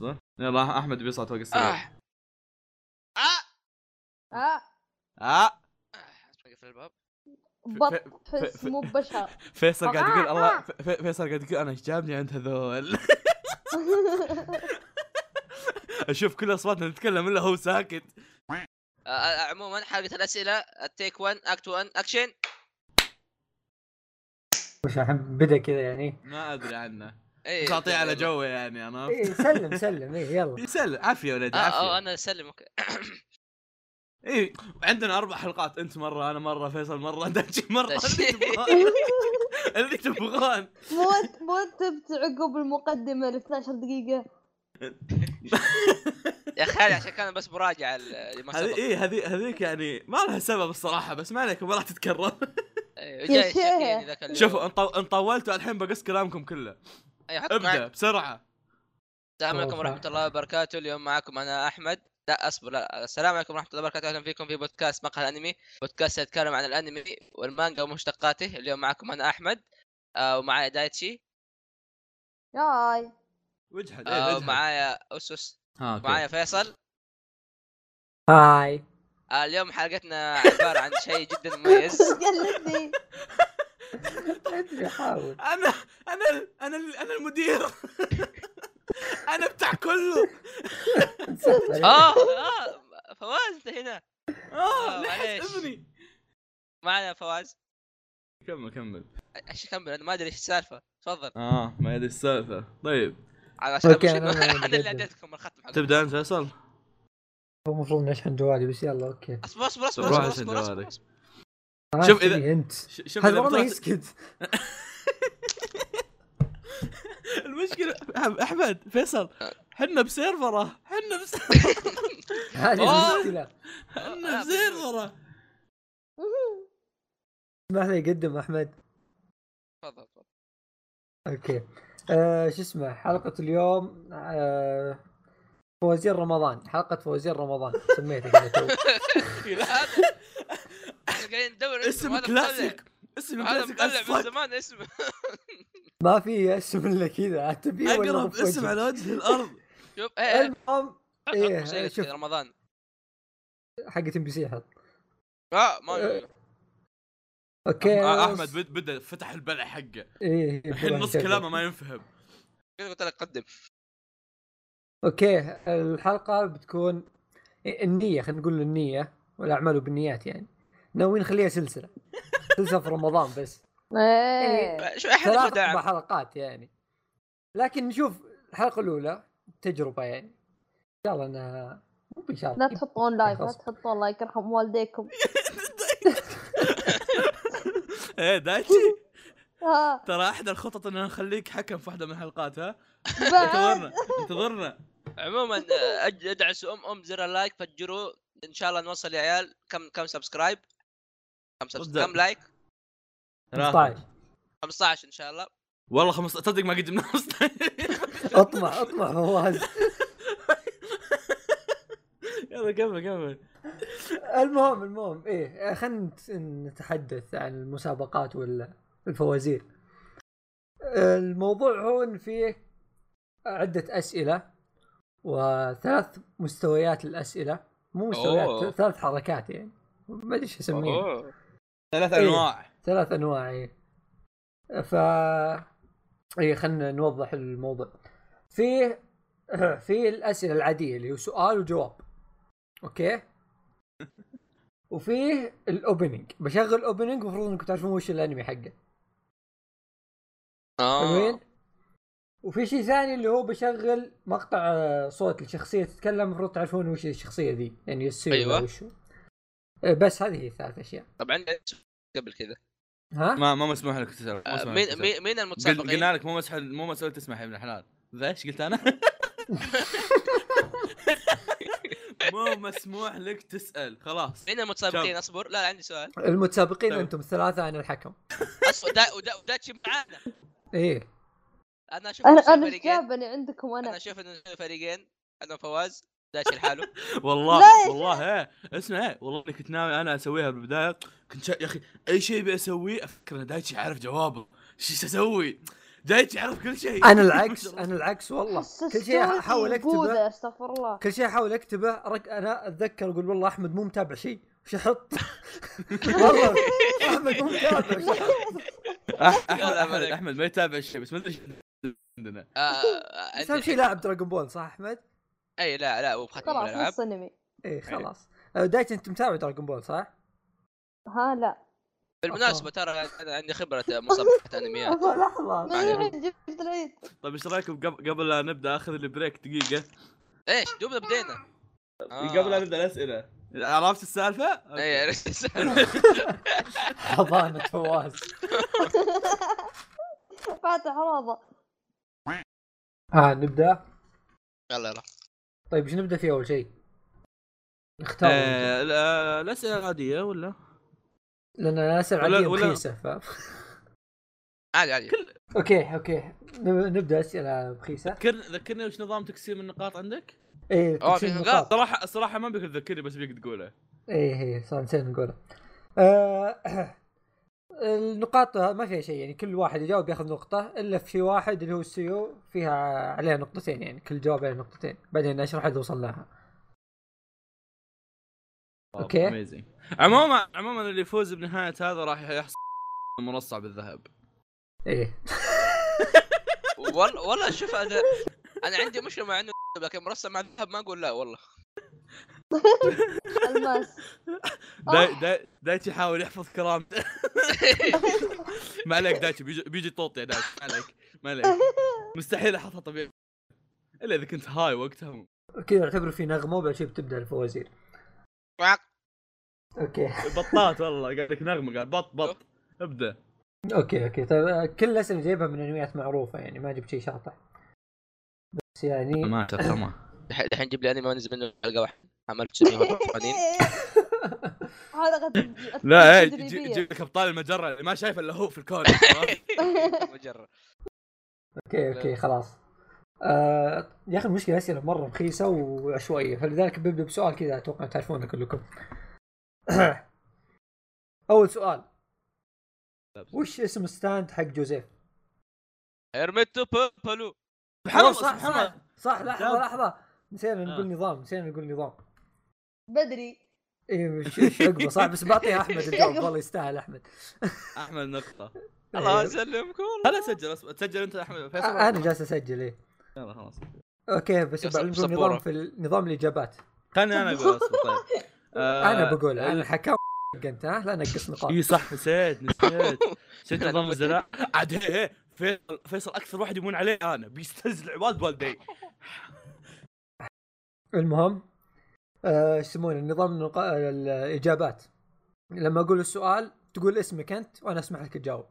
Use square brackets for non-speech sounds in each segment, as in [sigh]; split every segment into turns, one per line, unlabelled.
صح؟ يلا احمد بيصعد فوق السرير
آه. آه.
آه.
آه.
أسمع قفل الباب
بط حس مو
[laughs]
بشر
فيصل قاعد يقول
آه،
الله
آه.
ف- ف- فيصل قاعد يقول انا ايش جابني عند [laughs] هذول اشوف كل اصواتنا نتكلم الا هو ساكت
آه، آه، عموما حلقه الاسئله التيك 1 اكت 1 اكشن
وش الحين بدا كذا
[laughs]
يعني
ما ادري عنه
اي
تعطيه على جوه يعني انا
إيه سلم سلم إيه يلا
يسلم عافيه يا ولد
اه آه،
عافيه
انا اسلمك
اي عندنا اربع حلقات انت مره انا مره فيصل مره دجي مره اللي
دجي. [laughs]
تبغاه اللي تبغاه
مو أنت- مو انت بتعقب المقدمه ل 12 دقيقه
يا اخي هذا عشان كان بس مراجعه ل- لما
هذه
سبق
اي هذه هذيك يعني ما لها سبب الصراحه بس ما عليكم ما راح تتكرر
إيه، وجاي
يا
الشكيني
شيخ.
ذاك اليوم.
شوفوا ان طو- إن طولتوا الحين بقص كلامكم كله
إيه، حط معك.
ابدا بسرعه
السلام عليكم ورحمة الله وبركاته، اليوم معكم أنا أحمد، لا أصبر لا، السلام عليكم ورحمة الله وبركاته، أهلا فيكم في بودكاست مقهى الأنمي، بودكاست يتكلم عن الأنمي والمانجا ومشتقاته، اليوم معكم أنا أحمد، آه ومعاي دايتشي،
[laughs]
ياي
وجحد ايه
آه
وجحد
ومعايا أسس،
ها، أوكي.
معايا فيصل،
هاي
آه اليوم حلقتنا عبارة عن شيء جدا
[laughs]
مميز،
قلدني
[laughs]
أدري أحاول
انا انا ال- انا ال- انا المدير [laughs] انا بتاع كله
نسحب.
آه آه فواز أنت هنا،
اه
آه،
لحس
معليش.
اذني
معنا فواز،
كمل كمل
ايش كمل أنا ما أدري إيش السالفة، تفضل،
اه ما ادري السالفه طيب
عشان
أوكي،
أبو
أنا-
شنو؟
أنا
[laughs] أنا اللي
بجدد.
أديتكم الختم حقكم.
تبدا انت فيصل
هو المفروض نشحن جوالي بس يلا أوكي
أصبر أصبر أصبر
روح
أصبر
عشان
أصبر
جوالك.
أصبر أصبر
آه،
شوف
تبي
إذا-
أنت
ش- شوف
هذا
إذا
والله
بتروح- [laughs]
يسكت [laughs]
المشكله احمد فيصل
أه.
حنا بسيرفره حنا بس-
هذه
آه.
المشكلة
حنا بسيرفره
اسمح لي يقدم أحمد
تفضل تفضل.
اوكي آه شو اسمه حلقة اليوم آه فوازير رمضان حلقة فوازير رمضان سميتها كذا تو.
[laughs]
هذا احنا قاعدين ندور
[laughs] اسم
هذا
كلاسيك اسم
مطلع- هذا
كلاسيك
مطلع من
أصلاً.
زمان اسمه
ما في اسم الا كذا تبيه ولا
اقرب
في وجهك؟
اسم على وجه الارض
شوف
[laughs]
ايه إيه،
المهم
حط
إيه،
رقم شيء
شوف.
كذا رمضان
حقت ام بي سي حط
اه ما
إيه.
أدري.
اوكي
احمد بد- بدا فتح البلع حقه
ايه
الحين نص كلامه ما ينفهم
كذا قلت لك قدم
اوكي الحلقة بتكون النية خلينا نقول النية والاعمال بالنيات يعني ناويين نخليها
[laughs]
سلسلة سلسلة في رمضان بس
ايه
شو احد
ثلاث
ياخذ
اربع
دعم
حلقات يعني لكن نشوف الحلقه الاولى تجربه يعني ان شاء الله انها مو ان شاء
لا
الله
تحطون لايك لا تحطون لايك يرحم والديكم
ايه دايتي
ها
ترى احدى الخطط ان نخليك حكم في واحده من الحلقات ها
بعد
انتظرنا انتظرنا
عموما آه، أج- ادعسوا ام ام زر اللايك فجروا ان شاء الله نوصل يا عيال كم كم سبسكرايب كم سبس...
صدق.
كم لايك
15
15 ان شاء الله
والله خمس طيب. تصدق ما قد منافسنا
اطمع اطمع فواز
[laughs] يلا كمل كمل
المهم المهم ايه خلينا نتحدث عن المسابقات والفوازير الموضوع هو ان فيه عده اسئله وثلاث مستويات الاسئله مو مستويات
أوه.
ثلاث حركات يعني ما ادري ايش اسميها
أوه.
ثلاث
إيه.
انواع
ثلاث انواع إيه. ف اي خلينا نوضح الموضوع في [clears throat] في الاسئله العاديه اللي هو سؤال وجواب
[laughs]
اوكي وفيه الاوبننج بشغل الاوبننج المفروض انكم تعرفون وش الانمي حقه
اه
آه.
حلوين وفي شيء ثاني اللي هو بشغل مقطع آه، صوت الشخصيه تتكلم المفروض تعرفون وش الشخصيه ذي يعني يصير
أيوة.
وش هو. آه، بس هذه هي الثلاث اشياء
طبعا عندي سؤال قبل كذا
ها
ما ما مسموح لك تسال مو
آه،
مسموح لك
مين
تسأل.
مين مين
قل- قلنا
المتسابقين؟
لك مو مسحل مو مسؤول تسمح يا ابن الحلال ذا ايش قلت انا؟ [laughs] مو مسموح لك تسال خلاص
مين المتسابقين اصبر لا عندي سؤال
المتسابقين
طيب.
انتم الثلاثه انا الحكم
اصبر دا ودا وداتشي معانا
ايه
انا اشوف
انا
إنه يصير
انا
فريقين.
جابني عندكم
انا
انا
اشوف انه فريقين انا فواز داش لحاله
والله
لا يا
والله ايه اسمع ايه والله إني كنت ناوي انا اسويها بالبدايه كنت شا... يا اخي اي شيء ابي اسويه افكر ان دايتشي عارف جوابه شو اسوي؟ دايتش يعرف كل شيء [laughs]
انا العكس انا العكس والله كل شيء
حسستوني
احاول اكتبه
بوذا، استغفر الله
كل شيء احاول اكتبه رك... انا اتذكر اقول والله احمد مو متابع شيء وش يحط والله احمد مو متابع وش يحط؟
أح- احمد
يلا
احمد
عليك.
احمد ما يتابع الشيء بس ما ادري إيش عندنا
آه، آه،
بس
عندي
اهم شيء لاعب دراجون بول صح احمد؟
اي لا لا وبختم
خلاص
الالعاب
نص انمي
اي خلاص أه، دايت انت متابع دراجون بول صح؟
ها لا
بالمناسبه ترى انا عندي خبره مصابحه انميات
لحظه
[laughs]
معليش.
العيد جبت العيد
طيب ايش رايكم قبل قبل لا نبدا اخذ لي بريك دقيقه
ايش دوبنا ايه، بدينا آه. إيه،
قبل لا نبدا الاسئله عرفت السالفه؟ أوكي.
اي عرفت السالفة.
حضانه فواز
فاتح روضه
ها نبدا
[laughs] يلا يلا
طيب ايش نبدا فيه اول شيء؟ نختار أه...
آه، لا- الاسئله عاديه ولا؟
لان الاسئله
ولا-
عاديه
ولا-
رخيصه [laughs] ف...
عادي عادي
اوكي اوكي نب- نبدا اسئله رخيصه
ذكرني ذكرني وش نظام تقسيم النقاط عندك؟
ايه
آه،
تقسيم
في
النقاط.
صراحه الصراحه ما بك تذكرني بس بيك تقوله
ايه ايه صار نسينا نقوله. آه [clears throat] النقاط ما فيها شيء يعني كل واحد يجاوب ياخذ نقطة الا في شيء واحد اللي هو السيو فيها عليها نقطتين يعني كل جواب عليه نقطتين بعدين اشرح اذا وصل لها. أوكي.
amazing. عموما عموما اللي يفوز بنهايه هذا راح يحصل منصع بالذهب
ايه
والله والله شوف انا انا عندي مشكله مع انه [laughs] لكن مرسم مع الذهب ما اقول لا والله [laughs]
[laughs]
الماس
داي- داي- دايتش يحاول يحفظ كرامته [laughs] ما عليك دايتش بيجي, بيجي طوط يا دايتش ما عليك ما عليك مستحيل احطها طبيعي الا اذا كنت هاي وقتها
كذا اعتبره في نغمة وبعد شوي بتبدا الفوازير. [laughs] اوكي
بطات والله قال لك نغمه قال بط بط ابدا
اوكي اوكي طيب آه، كل الاسئلة جايبها من انميات معروفة يعني ما جبت شيء شاطح. بس يعني
ما تفهمها
الحين الحين جيب لي انمي وانزل منه حلقه واحده عملت [laughs] شنو قوانين
إيه.
[laughs]
حلقة
لا ايه
تدريبية.
جيب لك ابطال المجره اللي ما شايف الا هو في الكون
مجرد
اوكي اوكي خلاص آه يا اخي المشكله اسئله مره رخيصه وعشوائيه فلذلك ببدا بسؤال كذا اتوقع تعرفونه كلكم [coughs] اول سؤال وش اسم ستاند حق جوزيف؟
هرمتو بابلو
سبحان الله
أوه، صح
سبحان الله
صح صح لحظه
جاب.
لحظه نسينا
آه.
نقول نظام نسينا نقول نظام
[laughs]
[laughs]
بدري
اي مش مش عقبه صح بس بعطيها احمد الجواب والله يستاهل احمد
احمد نقطه
الله
أيوه.
إيه.
يسلمك
هلا سجل أصبر. تسجل انت يا احمد فيصل
آه، انا جالس اسجل ايه
يلا خلاص
اوكي بس
يا
بعلمكم
سبورة.
نظام في ال- نظام الاجابات
خليني انا اقول اصبر طيب آه،
انا بقول انا [laughs] الحكام انت ها لا نقص نقاط
اي صح نسيت نسيت شفت نظام الزراعة عاد هي- هي، فيصل فيصل اكثر واحد يمون عليه انا بيستهزئ العباد بوالدي
المهم آه، ايش يسمونه نظام النق- الاجابات لما اقول السؤال تقول اسمك انت وانا اسمح لك تجاوب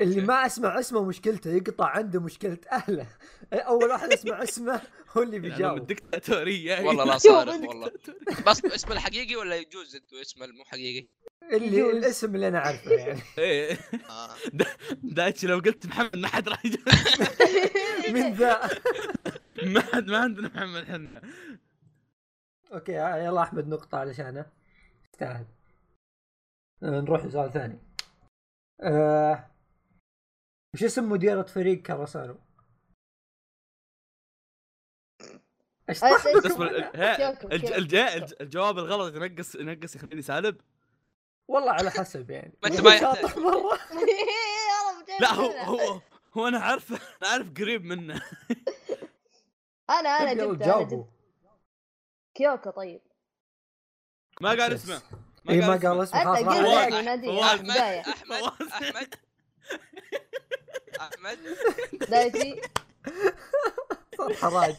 اللي ما اسمع اسمه مشكلته يقطع عنده مشكله اهله اول واحد يسمع اسمه هو اللي
يعني
بيجاوب
الدكتاتورية [laughs]
والله لا
شوف
صارف
أنت.
والله بس اسمه الحقيقي ولا يجوز انه اسمه المو حقيقي؟
اللي الاسم اللي انا اعرفه يعني
إيه.
آه.
دايتشي لو قلت محمد ما حد راح يجي
[laughs]
من ذا
[laughs] ما حد ما عندنا محمد احنا
اوكي يلا احمد نقطه علشانه يستاهل آه، نروح لسؤال ثاني أه... وش اسم مديرة فريق كراسانو؟
أيش-
ايش ضحككم
بس بال-
على-
ها،
كيف-
الج-
كيف-
الج- الج- الجواب الغلط ينقص ينقص يخليني سالب
والله على حسب يعني
ما أنت ما يحتاج.
شاطح مرة
يلا بجيب
لا هو
أنا.
هو هو انا عارفه انا عارف قريب منه
انا انا
يلا
جبت انا
جاوبوا
جبت كيوكو
[laughs]
طيب
ما قال اسمه
اي إيه، ما قال اسمه
انت
خلاص
قلت
ما
قلت
عليك
لك.
عليك نادي
فواز. [laughs]
احمد
البداية
احمد احمد احمد
[laughs] دايتي
صار حراج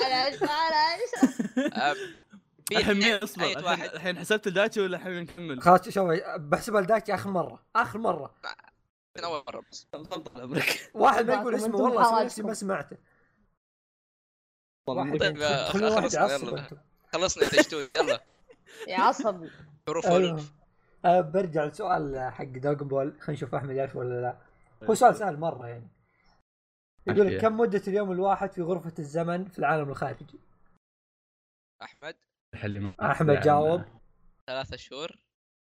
على عشرة على عشرة
آه، في
الحين مين
اثنين،
اصبر
أية
الحين-
واحد
الحين حسبت الدايتشي ولا الحين نكمل؟
خلاص شوف بحسبها لدايتشي اخر مرة اخر مرة
من اول مره بس
طال عمرك
واحد ما يقول
معكم
اسمه
أنتم
والله اسمه نفسي
حراجكم.
ما سمعته
طال
واحد
عمرك.
طيب، آه،
كل واحد
خلاص،
يعصب
يلا.
انتم
خلصنا تشتوي
[laughs]
يلا
يا عصبي
حروف
أيوه.
والوف
أه برجع لسؤال حق دراجون بول خلينا نشوف احمد يعرف ولا لا
إيه.
هو سؤال سهل مره يعني يقول لك
أوكي.
كم مده اليوم الواحد في غرفه الزمن في العالم الخارجي
احمد
حلي معك.
احمد
لا،
جاوب
أنا-
ثلاثة شهور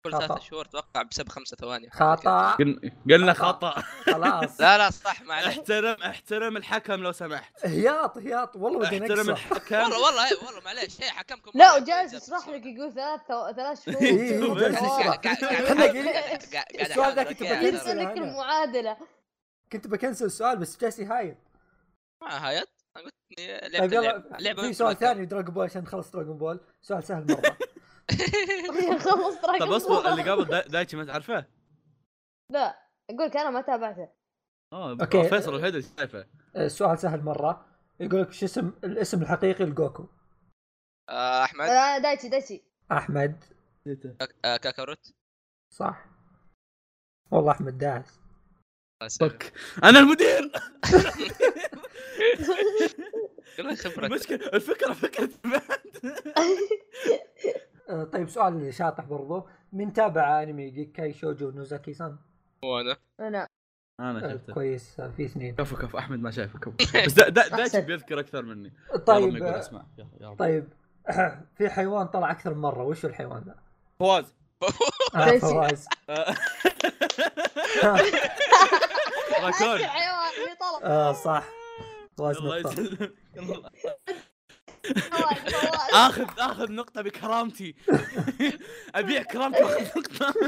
كل
خطأ.
ثلاثة شهور اتوقع بسبب خمسة ثواني
خطا
قلنا- قلنا خطا
خلاص
لا لا صح معلش
احترم احترم الحكم لو سمحت
هياط هياط والله بدي
احترم
نكسر [laughs]
الحكم
والله والله إيه، والله معليش هي حكمكم
[laughs]
لا
مرة
وجالس
يجرب
يشرح
السؤال.
لك يقول ثلاث
[laughs]
ثلاث
إيه، إيه،
شهور
جالس
والله.
يشرح.
قاعد- قاعد- قاعد-
إحنا
قاعد-
قلنا-
قاعد- قاعد
السؤال
أحاول
ذاك
أرجع.
يعني
تبغى
يرسل لك [laughs]
أنا.
المعادله
كنت بكنسل السؤال بس جالس هايط
ما هايط انا قلت إني لعبت
طيب
اللعبة.
يلا
لعبة
في
ويمكن
سؤال
أكمل.
ثاني دراجون بول عشان نخلص دراجون بول سؤال سهل مره
خلص تراك
طب اصبر
[laughs]
اللي قبل دا- دايتشي ما تعرفه؟
لا اقول لك انا ما تابعته
اه
أوكي.
فيصل الوحيد اللي شايفه
آه، سؤال سهل مره يقول لك شو اسم الاسم الحقيقي لجوكو
آه، احمد
انا دايتشي دايتشي
احمد
آه، كاكاروت
صح والله احمد داعس
فك انا المدير
كلها خبرة
المشكله الفكره فكره
آه، طيب سؤال شاطح برضو من تابع انمي جيكاي شوجو نوزاكي سان
مو انا
انا
انا
آه،
شفته
كويس آه، في اثنين
كفو كفو احمد ما شايفه كفو بس دا- دا- دايتشي
أحسن.
بيذكر اكثر مني يلا ما
طيب
يقول
آه،
اسمع يا- يا رب.
طيب [clears throat] في حيوان طلع اكثر من مره وش الحيوان ذا؟
فواز
آه،
دايسي.
فواز [laughs]
آه، [laughs]
آه،
راكون
[laughs] أكل حيوان في طلب [laughs]
اه صح فواز
الله
نقطة
يسلمك [laughs] يلا.
حيوان، حيوان.
اخذ اخذ نقطة بكرامتي [laughs] ابيع كرامتي واخذ [laughs] نقطة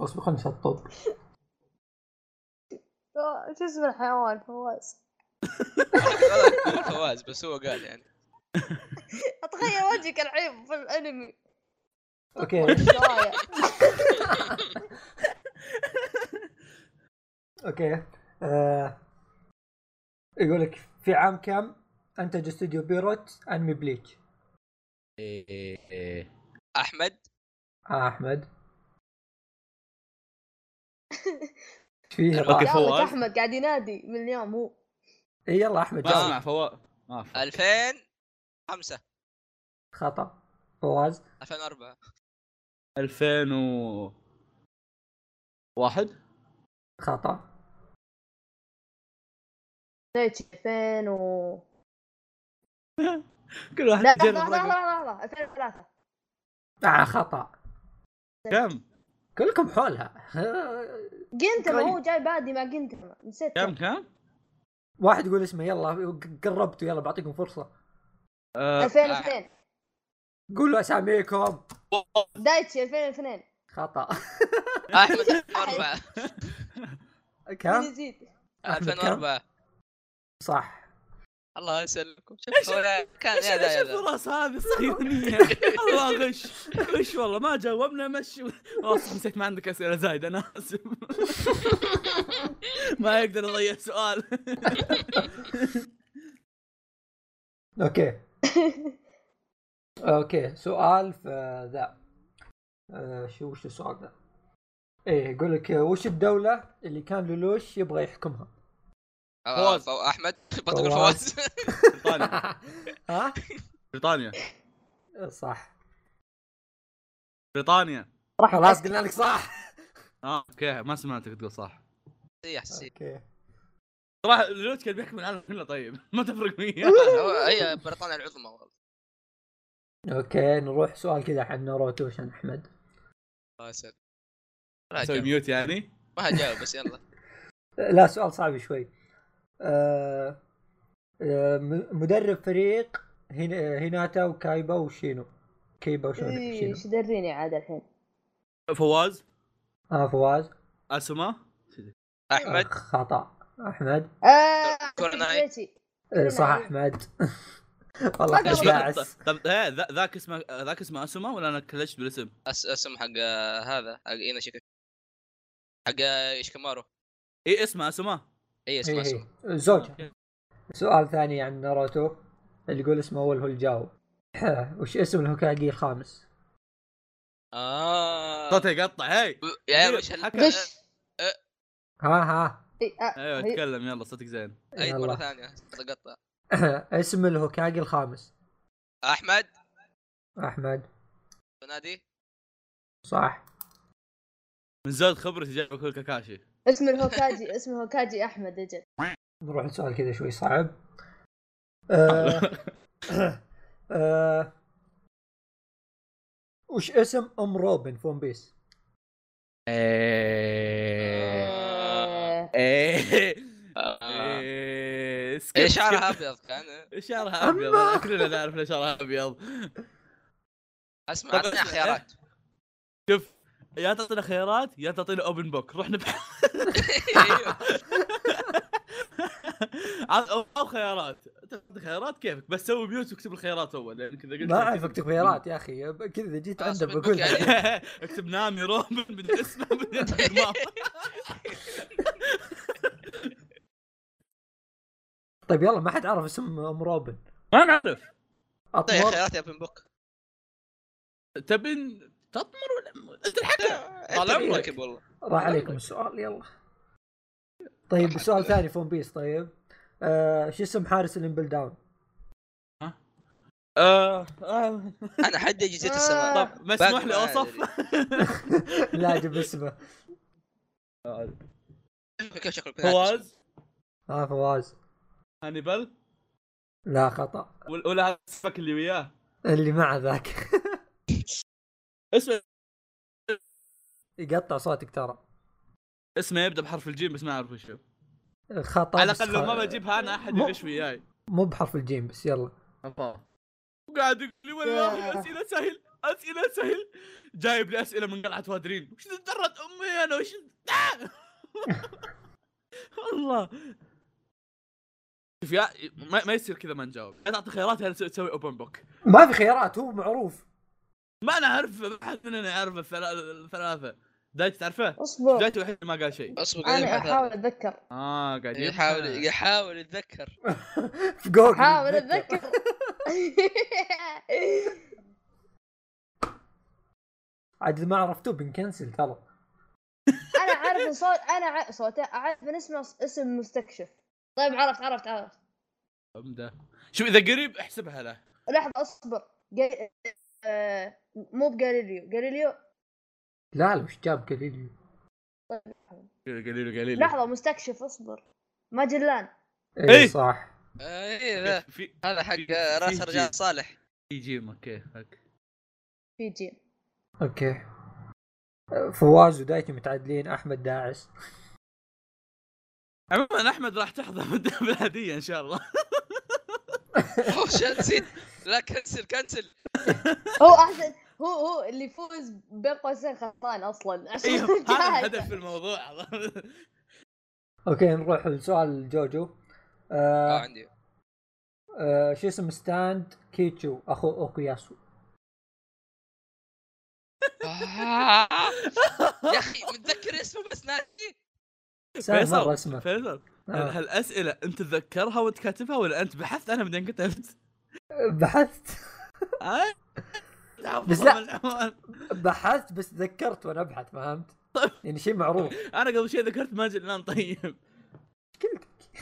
اصبر خلنا نشطب
[laughs]
شو اسم الحيوان فواز
والله فواز بس هو قال يعني
اتخيل وجهك العيب في الانمي
اوكي
الزوايا.
اوكي آه. يقول لك في عام كم انتج استوديو بيروت انمي بليتش
احمد
آه احمد إيش فيه
أوكي.
راح؟
يا الله،
فواز.
احمد قاعد ينادي من اليوم هو
إيه، يلا احمد
ما-
جاوب
اسمع فواز ما أعرف.
2005
خطا فواز
2004
2000 و واحد
خطا
دايتشي 2000 و
كل واحد
لا لا لا
يجرب
لا
رقم.
لا لا 2003
آه خطا
كم
كلكم حولها [laughs]
جنتما
طيب.
هو جاي بادي مع جنتما نسيت
كم كم
واحد يقول اسمه يلا قربتوا يلا بعطيكم فرصه
آه،
2002
قولوا اساميكم
دايتشي 2002
خطا
احمد 2004
من
[laughs] كم
يزيد
أحمد كم؟
2004
صح
الله يسلمكم شوف هو كان
ايش
يا ذا
ايش
يا ذا
الفرص هذه الصهيونية والله غش غش والله ما جاوبنا مشي والله صح نسيت ما عندك اسئلة زايدة انا اسف [laughs] ما يقدر يضيع سؤال
اوكي اوكي سؤال في ذا آه، شو وش السؤال ذا؟ ايه يقول لك آه، وش الدولة اللي كان لولوش يبغى يحكمها؟
آه،
فواز.
فو- [laughs] احمد بتقول
فواز.
فواز [laughs]
بريطانيا
[laughs] ها؟
بريطانيا
صح
بريطانيا
راح
خلاص قلنا لك صح
اه اوكي ما سمعتك تقول صح
صيح صيح
اوكي
صراحة لوت كان بيحكم العالم كله طيب [laughs] ما تفرق معي
هو- هي بريطانيا العظمى والله
اوكي نروح سؤال كذا عن ناروتو عشان احمد
الله يسلمك ما
اسوي
جاوب
ميوت يعني
ما جاوب بس يلا
آه، لا سؤال صعب شوي آه، آه، م- مدرب فريق هين- آه، هيناتا وكايبا وشينو كايبا وشينو شينو
ايش دريني عاد الحين
فواز
اه فواز
اسما
آه،
احمد
خطا احمد
آه،
كورناي.
دايتشي.
إيه صح
نعم.
احمد [laughs] والله
ما
احمد
قال
داعس
طب إيه، ذا- ذاك اسمه ذاك اسمه اسما ولا انا كلشت بالاسم؟
أس- اسم حق آه، هذا حق اينا شيكا حق آه، ايشكامارو
اي إيه، اسمه اسما
اي اسمه
إيه
اسمه
إيه. زوجة سؤال ثاني عن ناروتو اللي يقول اسمه اول هو الجاو [laughs] وش اسم الهوكاجي الخامس؟
اه آه.
صوتي يقطع هي
ب- يا عيال وش هال-
حكى.
دش
ها ها [laughs]
إي، آه،
ايوه
هي-
اتكلم يلا صوتك زين
عيد مره
يلا.
ثانيه تقطع
اسم الهوكاجي الخامس
احمد
احمد
نادي
صح
من زود خبرتي جايب كل كاكاشي
اسم الهوكاجي اسم الهوكاجي احمد اجل
[laughs]
نروح لسؤال كذا شوي صعب [laughs] آه، آه، وش اسم ام روبن في ون بيس؟
آه.
ايه
إيه.
ايه
آه.
ايه
إيه،
سكيب،
شعرها
سكيب.
ابيض كان
شعرها
أما.
ابيض كلنا نعرف ان شعرها ابيض
اسمع
طب
اعطينا
اسمع،
خيارات
شوف يا تعطينا خيارات يا تعطينا اوبن بوك روح نبحث
أيوه.
[laughs] عاد او أو خيارات تعطي خيارات كيفك بس سوي ميوت واكتب الخيارات اول لان كذا قلت
ما اعرف اكتب خيارات يا اخي كذا إذا جيت
آه،
عنده
صدق
بقول
يعني.
[laughs] اكتب نامي روبن بدون اسمه بدون أرقام.
[laughs] طيب يلا ما حد عرف اسم ام روبن
ما نعرف
اعطينا
اطمر
طيب، خيارات يا ابن بوك
تبين تطمر ولا انت الحكم طال
أنت
عمرك.
مركب والله
راح عليكم السؤال يلا طيب سؤال ثاني في ون بيس طيب آه شو اسم حارس الامبل داون؟ [laughs]
آه، آه،
انا حدي جزيره السماء
طب طيب، مسموح لي
باقي ما
اوصف
لا جيب اسمه
كيف شكله
فواز
ها آه فواز
هانيبال
لا خطا
ولا- ولا هذا السفك اللي وياه
اللي مع ذاك [laughs]
اسمه
يقطع صوتك ترى
اسمه يبدا بحرف الجيم بس ما اعرف وش هو
خطا
على
بس
الاقل لو
خ-
ما بجيبها انا احد يغش وياي
مو بحرف الجيم بس يلا
وقاعد يقول لي والله اسئله سهل اسئله سهل جايب لي اسئله من قلعه وادرين وش درت امي انا وش آه! [laughs] والله شوف يا ما, ما يصير كذا ما نجاوب لا تعطي خيارات يعني تسوي- تسوي اوبن بوك
ما في خيارات هو معروف [laughs]
ما انا اعرف ما حد مننا يعرف الثلا- الثلاثه دايت تعرفه؟
اصبر
دايت وحيد ما قال شيء
اصبر قاعد
انا
يبحث هذا.
احاول اتذكر
اه قاعد
يحاول
يبحث.
يحاول يتذكر
في جوجل
احاول [laughs] اتذكر
عاد إذا ما عرفتوه بنكنسل ترى
انا عارف صوت انا عارف صوت اعرف ان اسمه اسم مستكشف طيب عرفت عرفت عرفت
عمده شوف اذا قريب احسبها له
لحظه اصبر جا... آه... مو بجاليليو جاليليو
لا لا وش جاب قليل
قليل قليل
لحظه مستكشف اصبر ماجلان
إيه.
اي صح
اي ذا
في
إيه، هذا حق راس رجال صالح
في جيم اوكي اوكي
في جيم
اوكي فواز ودايتي متعادلين احمد داعس
عموما احمد راح [laughs] تحظى بال- بالهديه ان شاء الله
اوه شانسين لا كنسل كنسل
هو احسن هو هو اللي يفوز بين قوسين خسران اصلا
إيه،
عشان
ايوه
[laughs]
[laughs]
هذا
جاهزة.
الهدف في الموضوع
اوكي نروح لسؤال جوجو
اه
آه
عندي
آه شو اسم ستاند كيتشو اخو اوكياسو
آه. يا اخي متذكر اسمه بس ناسي
سهل مره اسمه
فيصل
آه.
هالاسئله انت تذكرها وانت كاتبها ولا انت بحثت انا بعدين كتبت؟
بحثت
[laughs]
[laughs]
آه؟
بس لا.
من العنوان.
بحثت بس تذكرت وانا ابحث فهمت؟ يعني شيء
[laughs]
معروف
انا قبل شوي ذكرت ماجد الان طيب
مشكلتك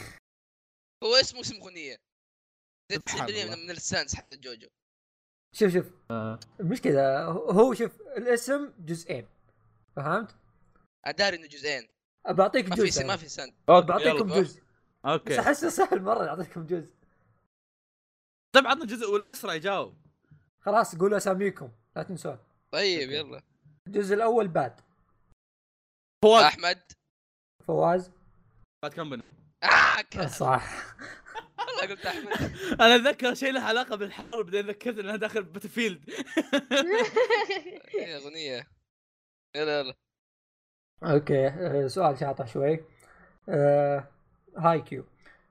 هو اسمه اسم اغنيه
سبحان
90%
الله.
من- من السانس حق جوجو
شوف شوف المشكله هو شوف الاسم جزئين فهمت؟
انا داري انه جزئين
بعطيك
ما في
جزء
سن- ما
أنا.
في سند
بعطيكم
يلا.
جزء بس
اوكي
احسه سهل مره اعطيكم جزء
طيب عطنا جزء والاسرع يجاوب
خلاص قولوا اساميكم لا تنسون
طيب يلا
الجزء الاول باد
فواز
احمد
فواز
باد كمبني
آه
[laughs]
كان.
صح
والله قلت احمد
انا اتذكر شيء له علاقه بالحرب بعدين ذكرت انها داخل باتفيلد
هي اغنيه إيه، يلا يلا
اوكي آه، سؤال شاطح شوي آه، هاي كيو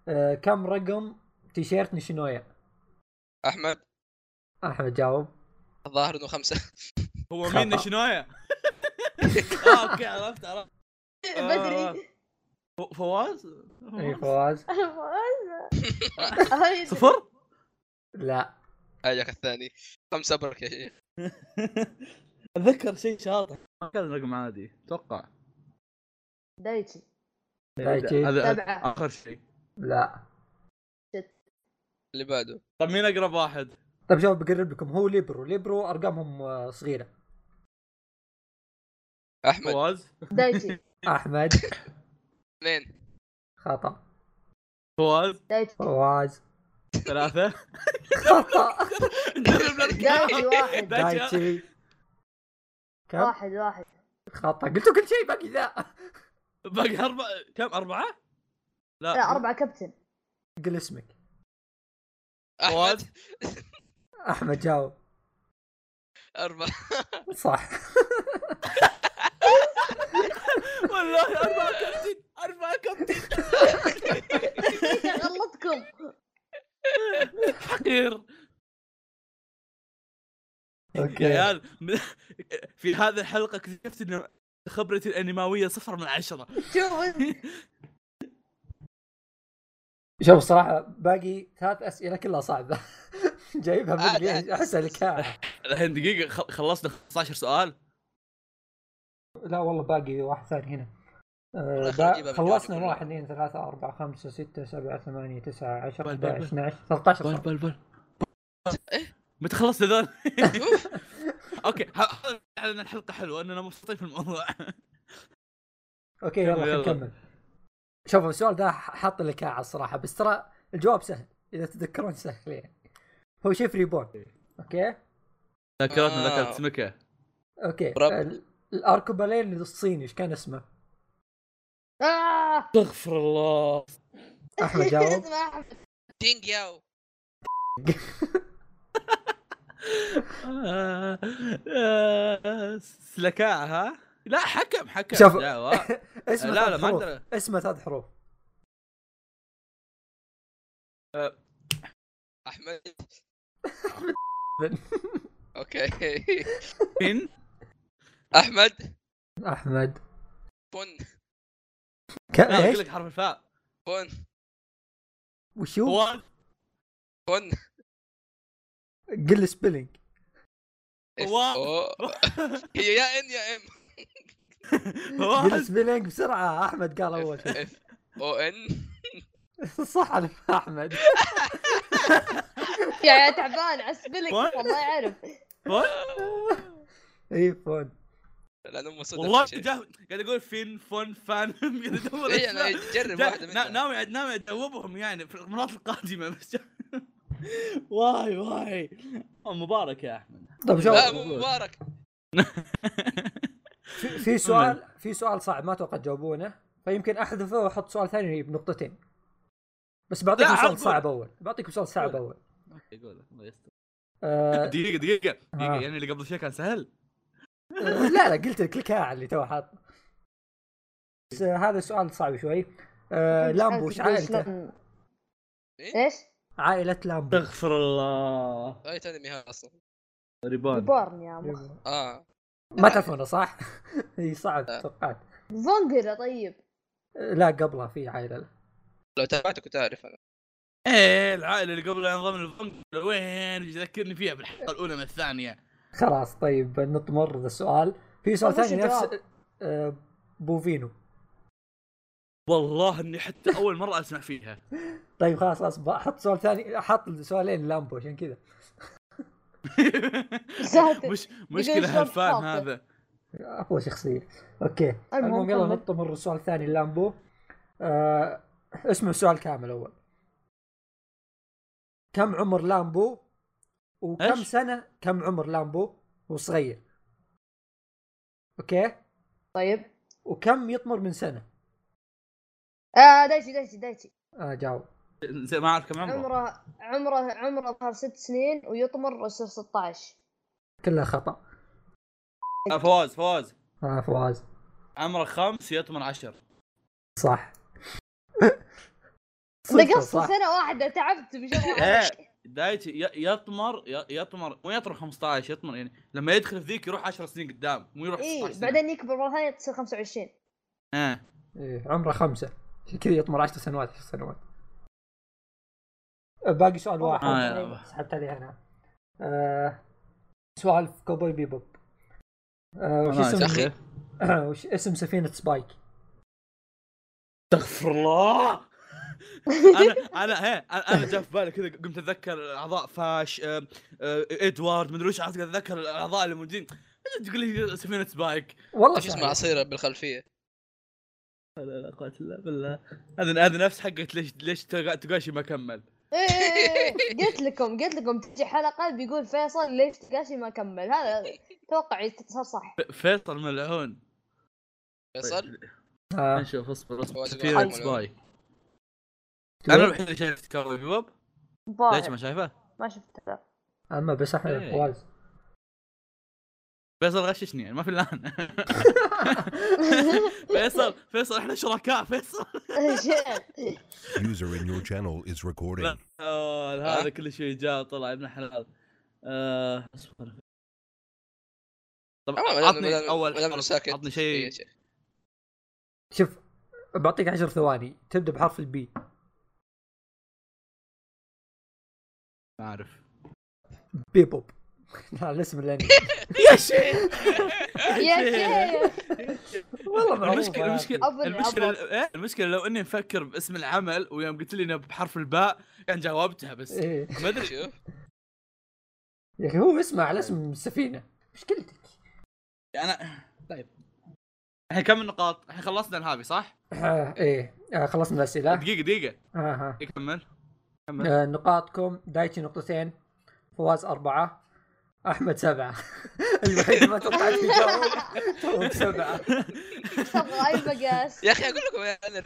آه، كم رقم تيشيرت نشنويا
احمد
احمد جاوب
الظاهر انه [laughs] خمسه
هو
خطأ.
مين [laughs] نشنويا؟ آه، اوكي عرفت عرفت
بدري
ف- فواز؟
اي إيه، فواز
آه. [laughs]
[laughs]
صفر؟
لا
هاجاك الثاني خمسه برك يا شيخ
اتذكر شيء شاطح ما كان رقم عادي اتوقع
دايتشي
دايتشي
هذا
سبعة
اخر شيء
لا
اللي بعده
طب مين اقرب واحد؟
طيب شوف بقرب لكم هو ليبرو ليبرو ارقامهم آه، صغيره
[laughs]
احمد
فواز
دايتشي
احمد
اثنين
[laughs]
خطا
فواز [laughs]
دايتشي
[laughs]
فواز
ثلاثة [laughs]
خطا
دايتشي واحد
آه.
دايتشي كم
واحد واحد
خطا قلتوا كل شيء باقي ذا
باقي أربعة كم أربعة؟ آه.
لا أربعة كابتن
قل اسمك
فؤاد.
احمد
احمد جاوب
اربعه
[laughs]
صح
والله أربعة كابتن أربعة كابتن
غلطكم
حقير يا
اوكي
عيال من- في هذه الحلقة اكتشفت أن خبرتي الأنيماوية صفر من عشرة
شوف أنت.
شوف صراحه باقي ثلاث اسئله كلها صعبه [laughs] جايبها مني
عاد.
احسها لك
آه.
إياها.
الحين دقيقة خل- خلصنا 15 سؤال
لا والله باقي واحد ثاني هنا آه،
والله
با-
خلنا نجيبها
خلصنا
بالجوانب
1 2 3 4 5 6 7 8 9 10
بل- بل- بل.
11 12 13
بل
خط.
بل بل
إيه.
متى خلصت
[laughs]
هذول؟ [laughs]
شوف
اوكي ح- على ان الحلقه حلوه اننا مبسوطين في الموضوع
[laughs]
اوكي
يلا،
يلا
يلا.
خلينا نكمل شوف السؤال ده ح- حاط لك إياه على الصراحه بس ترى الجواب سهل اذا تتذكرون سهل يعني هو شيف ريبون
إيه.
اوكي
ذاكرتنا
آه.
ذاكرت سمكه
اوكي آه،
رب.
ال- الاركوبالين الصيني ايش كان اسمه؟
آه.
استغفر الله [laughs]
[laughs]
احمد جاوب
اسمه أحمد.
دينج ياو
آه، آه، سلكاء ها؟ لا حكم حكم
شوف.
دعوة.
اسمه
لا، لا،
لا لا
ما
حروف
عندنا.
اسمه ثلاث حروف
احمد [laughs] اوكي
فين؟
احمد
احمد
بن
كان
لا اقول
ايش؟
لك حرف الفاء
بن
وشو؟
فؤاد
بن
قل سبيلينج
واو.
أوه. هي يا ان يا ام
[laughs] قل
فؤاد
سبيلينج بسرعه احمد قال اول شيء [laughs]
اف او ان
صح على احمد
يا يا تعبان عسبلك
وين؟
والله يعرف
فؤاد؟
اي فون
لان امه صدق
والله
شيء.
جا- قاعد اقول فين فن فان [laughs] قاعد ادور
إيه، انا
أسماء. [laughs]
اجرب
جا-
واحده
نا-
منهم
ناوي ناوي ادوبهم يعني في المرات القادمه بس جا- [laughs] واي واي مبارك يا احمد
طيب شوف
لا مو مبارك
في- في سؤال في سؤال صعب ما اتوقع تجاوبونه فيمكن احذفه واحط سؤال ثاني بنقطتين بس بعطيكم
لا،
سؤال
عاد
صعب اول بعطيكم سؤال صعب اول
اوكي قول الله يستر
آه
دقيقه دقيقه
آه.
دقيقه يعني اللي قبل شوي كان سهل
[laughs] لا لا قلت لك الكاع اللي تو حاطه بس آه، هذا سؤال صعب شوي آه لامبو وش عائلته؟
شلون- ايش؟
عائلة لامبو
استغفر الله
اي انمي هذا اصلا
طيب.
ريبان
بورن يا مخ
اه
ما تعرفونه صح؟ [laughs] اي صعب توقعت
فونجلا طيب
آه، لا قبلها في عائلة لا.
لو تابعته كنت اعرف انا
ايه العائله اللي قبل انضم الفنك وين يجي يذكرني فيها بالحلقه الاولى من الثانيه
خلاص طيب نطمر ذا السؤال في سؤال
طيب، وش
ثاني نفس
الجواب؟
آه بوفينو
والله اني حتى اول مره اسمع فيها
طيب خلاص خلاص احط سؤال ثاني احط سؤالين لامبو عشان كذا
ساتر
[laughs] مش مشكله
شلون
هالفان
حاطه.
هذا
اقوى شخصيه اوكي المهم يلا
المهم
نطمر السؤال الثاني لامبو آه اسمه السؤال كامل اول كم عمر لامبو وكم
إيش؟
سنه كم عمر لامبو وصغير اوكي
طيب
وكم يطمر من سنه
آه دايتشي دايتشي دايتشي
آه جاوب
زي ما اعرف كم عمره
عمره عمره عمره ظهر ست سنين ويطمر يصير 16
كلها خطا
آه، فواز فواز
آه فواز
عمره خمس يطمن عشر
صح [laughs] صدق
نقصت
صح
سنه واحده تعبت بشكل
ايه دايتي ي- يطمر ي- يطمر وين يطمر 15 يطمر يعني لما يدخل في ذيك يروح 10 سنين قدام مو يروح 16
اي
سنة.
إيه، بعدين يكبر مره ثانيه تصير 25
آه.
إيه، عمره خمسة عشان كذا يطمر عشر سنوات عشر سنوات أه، باقي سؤال
والله.
واحد
آه، يلا.
سحبت عليه انا آه سؤال في كوبوي بيبوب آه وش
أنا
اسم
أخي.
[coughs] وش اسم سفينة سبايك؟
استغفر الله انا انا هي انا أنا جاء في بالي كذا قمت اتذكر اعضاء فاش آه، آه، ادوارد مدري وش عرفت قاعد اتذكر الاعضاء اللي موجودين أنت تقول لي سفينه بايك
والله
شو اسمه عصيره بالخلفيه
لا لا لا قوه الا بالله هذا هذا نفس حقت ليش ليش تغا- تقاشي ما كمل
إيه، إيه، إيه، قلت لكم قلت لكم تجي حلقه بيقول فيصل ليش تقاسي ما كمل هذا اتوقع صار صح
فيصل ملعون طيب.
فيصل
آه.
نشوف اصبر اصبر
واجب
Experience
العمل.
by. انا الوحيد اللي شايف سكاوي بيبوب ليش
باهر.
ما شايفه؟
ما شفته [laughs]
اما بس احمد
إيه.
فواز
فيصل غششني يعني ما في الان فيصل فيصل احنا شركاء فيصل
شيء.
User in your channel is recording.
لا أول هذا كل شيء جاء طلع ابن حلال آه، اصبر طب
عموماً مدام- مدام-
عطني اول
مدام إنه
حرف،
ساكت.
عطني
إيه يا
شيء
شيخ.
شوف بعطيك عشر ثواني تبدا بحرف البي
ما اعرف
بيبوب [laughs] لا الاسم الانمي
يا [laughs] شيخ
يا شيخ
والله [laughs] معروف
المشكله
هذا.
المشكله
أبل-
المشكله
أبل.
إيه، المشكله لو اني مفكر باسم العمل ويوم قلت لي انه بحرف الباء كان جاوبتها بس
إيه.
ما ادري
شوف
يا اخي هو اسمه على اسم السفينه مشكلتك
انا طيب الحين كم النقاط؟ الحين خلصنا الهابي صح؟
آه ايه آه خلصنا الاسئله آه
دقيقه دقيقه
آه.
يكمل
آه نقاطكم دايتشي نقطتين فواز اربعه احمد سبعه [laughs] الوحيد ما توقعت
[laughs]
يجاوب توك سبعه
تبغى اي
[laughs]
مقاس
يا اخي اقول لكم انا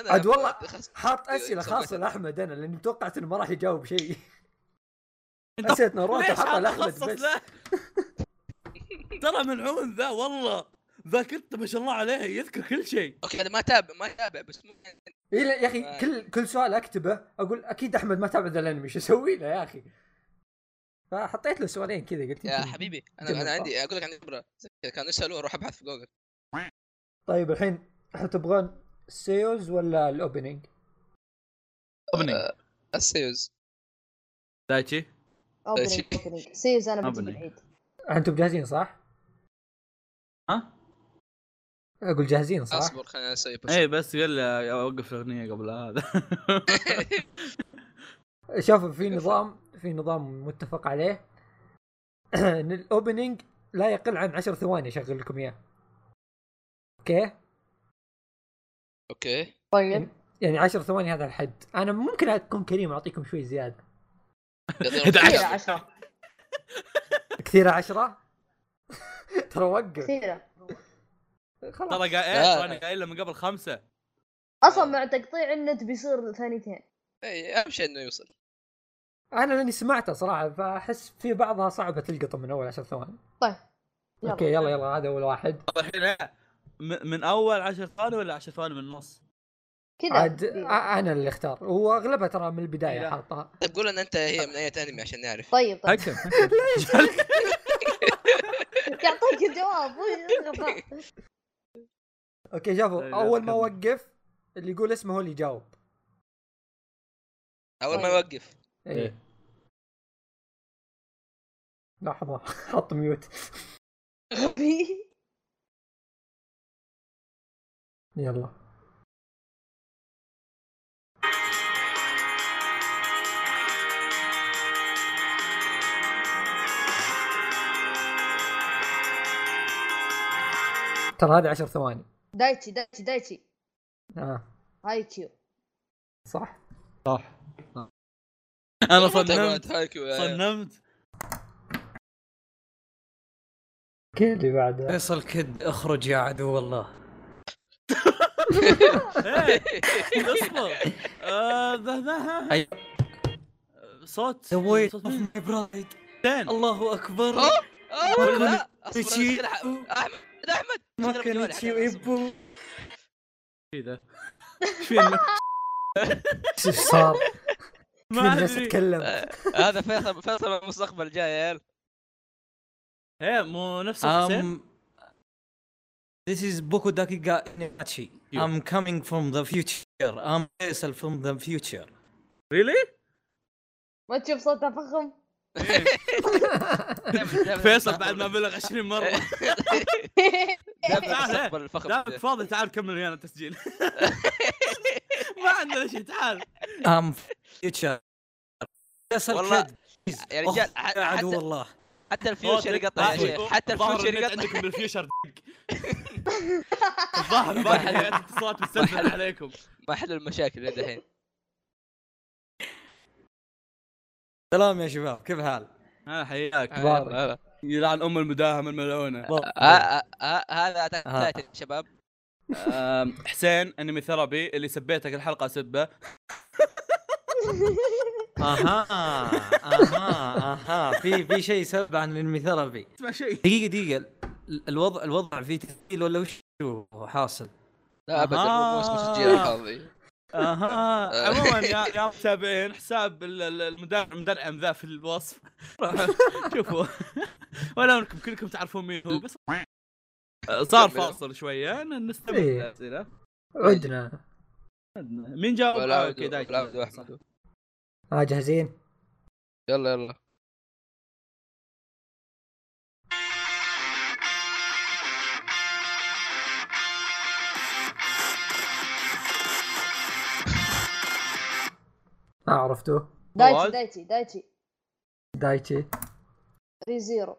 انا
عاد والله
خلاص. [laughs]
حاط اسئله خاصه لاحمد انا لاني توقعت انه ما راح يجاوب شيء اسئله ناروتو
ليش
حطها
حاط
لاحمد
مخصص
بس
له؟ [laughs] ترى ملعون ذا والله ذاكرته ما شاء الله عليه يذكر كل شيء
اوكي انا ما تابع ما تابع بس مو
إيه لا، يا اخي
آه.
كل كل سؤال اكتبه اقول اكيد احمد ما تابع ذا الانمي شو اسوي له يا اخي فحطيت له سؤالين كذا قلت
يا
يمكن-
حبيبي
جميل.
انا انا عندي اقول لك عندي خبره كان يسالوه اروح ابحث في جوجل
طيب الحين تبغون السيوز ولا الاوبننج؟
اوبننج
السيوز
دايتشي
اوبننج اوبننج سيز انا بجيب
أوبننج.
العيد
انتم جاهزين صح؟
ها؟
اقول جاهزين صح؟
اصبر خليني اسوي بس [laughs]
اي إيه، بس يلا اوقف الاغنيه قبل هذا [laughs]
شوفوا في نظام في نظام متفق عليه [clears throat] ان الاوبننج لا يقل عن 10 ثواني اشغل لكم اياه. اوكي؟
اوكي
طيب
يعني 10 ثواني هذا الحد، انا ممكن اكون كريم اعطيكم شوي زياده.
يلا
كثيره
يلا.
إيه، عشرة
كثيره 10 [laughs] ترى وقف
كثيره
خلاص
ترى قاعد
لا.
إيه، انا قايله من قبل خمسه
اصلا مع تقطيع النت بيصير ثانيتين
إي، اهم إيه، شيء انه يوصل
انا لاني سمعته صراحه فاحس في بعضها صعبه تلقطه من اول 10 ثواني.
طيب يلا.
اوكي يلا يلا هذا اول واحد.
الحين إيه، م- من اول 10 ثواني ولا 10 ثواني من النص؟
كذا
عاد آه. آ- انا اللي اختار واغلبها ترى من البدايه
لا. [laughs]
حاطها
طيب قول لنا انت هي من اي انمي عشان نعرف
طيب طيب [laughs]
حكم
يعطيك الجواب [laughs] وش الغباء؟
اوكي شافوا
لا، لا،
اول ما
كمل.
اوقف اللي يقول اسمه هو اللي يجاوب
اول ما
طيب.
يوقف
إيه.
إيه.
لحظه حط ميوت
غبي
يلا ترى هذا عشر ثواني
دايتشي دايتشي دايتشي
اه
هاي كيو
صح
صح انا صنمت
طيب، هايكيو، آه.
صنمت
كل اللي بعده
فيصل كد اخرج يا عدو الله
إيه، اصبر آه، ذا- ذا- ها- صوت
سويت
صوت
اوف
مين؟
ماي برايد
زين.
الله اكبر
آه، لا، أصبر،
تشي-
أنا أدخل- احمد احمد
ما
أضرب جوالي
كان
حتى
تشي
أنا أصبر.
ويبو
[laughs] كذا ايش في إنه؟
ايش صار؟
ما
[laughs] كل الناس
ادري
تتكلم
آه، [laughs] هذا فيصل فيصل من المستقبل جاي يا عيال
ايه مو نفس الحسين
um This is Boku Dakiga Inachi.
You.
I'm coming from the future. I'm Faisal from the
[laughs]
future.
ريلي
ما تشوف صوته فخم [laughs]
دايماً- دايماً
فيصل بعد ما بلغ 20 مره [laughs]
دايماً
تعال، هي.
المستقبل الفخم
دامك فاضي تعال كمل ويانا التسجيل ما عندنا شيء تعال
I'm future. Faisal
والله،
Kid. Please.
يا رجال،
أخ،
ح-
يا
حتى-
عدو الله.
حتى الفيوتشر يقطع يا شيخ حتى
الظاهر
الفيوتشر
النت
يقطع
عندكم بالفيوشر دق الظاهر ما حد اتصالات مستنزل عليكم
ما حلوا المشاكل الحين
سلام يا شباب كيف الحال؟
ها حياك
هلا
بارك.
هلا.
يلعن ام المداهمه
آه.
الملعونه
ه-
آه.
ه- آه، هذا أتاك
ها.
تايتن يا شباب
أم، حسين انمي ثيرابي اللي سبيتك الحلقه سبه
اها اها اها في في شيء سبب عن الانمي ثيرابي
اسمع شيء
دقيقه دقيقه ال- الوضع الوضع فيه تسجيل ولا وش هو حاصل؟
لا ابدا مو موسم
آه.
تسجيل الفاضي آه.
اها عموما آه، يا
[laughs]
يا متابعين حساب ال- ال- المدرع- المدرعم ذا في الوصف
[laughs]
روحوا شوفوا [laughs] ولا انكم كلكم تعرفون مين هو
[laughs]
بس صار فاصل شويه ن- نستمع
إيه.
الاسئله
عدنا
مين جاوب؟
ولا
آه،
عبد
أوكي، دايتشي.
ولا عبد وحده
ها آه، جاهزين؟
يلا يلا
ما آه، عرفتوه
دايتشي
فواز.
دايتشي دايتشي
دايتشي
ري زيرو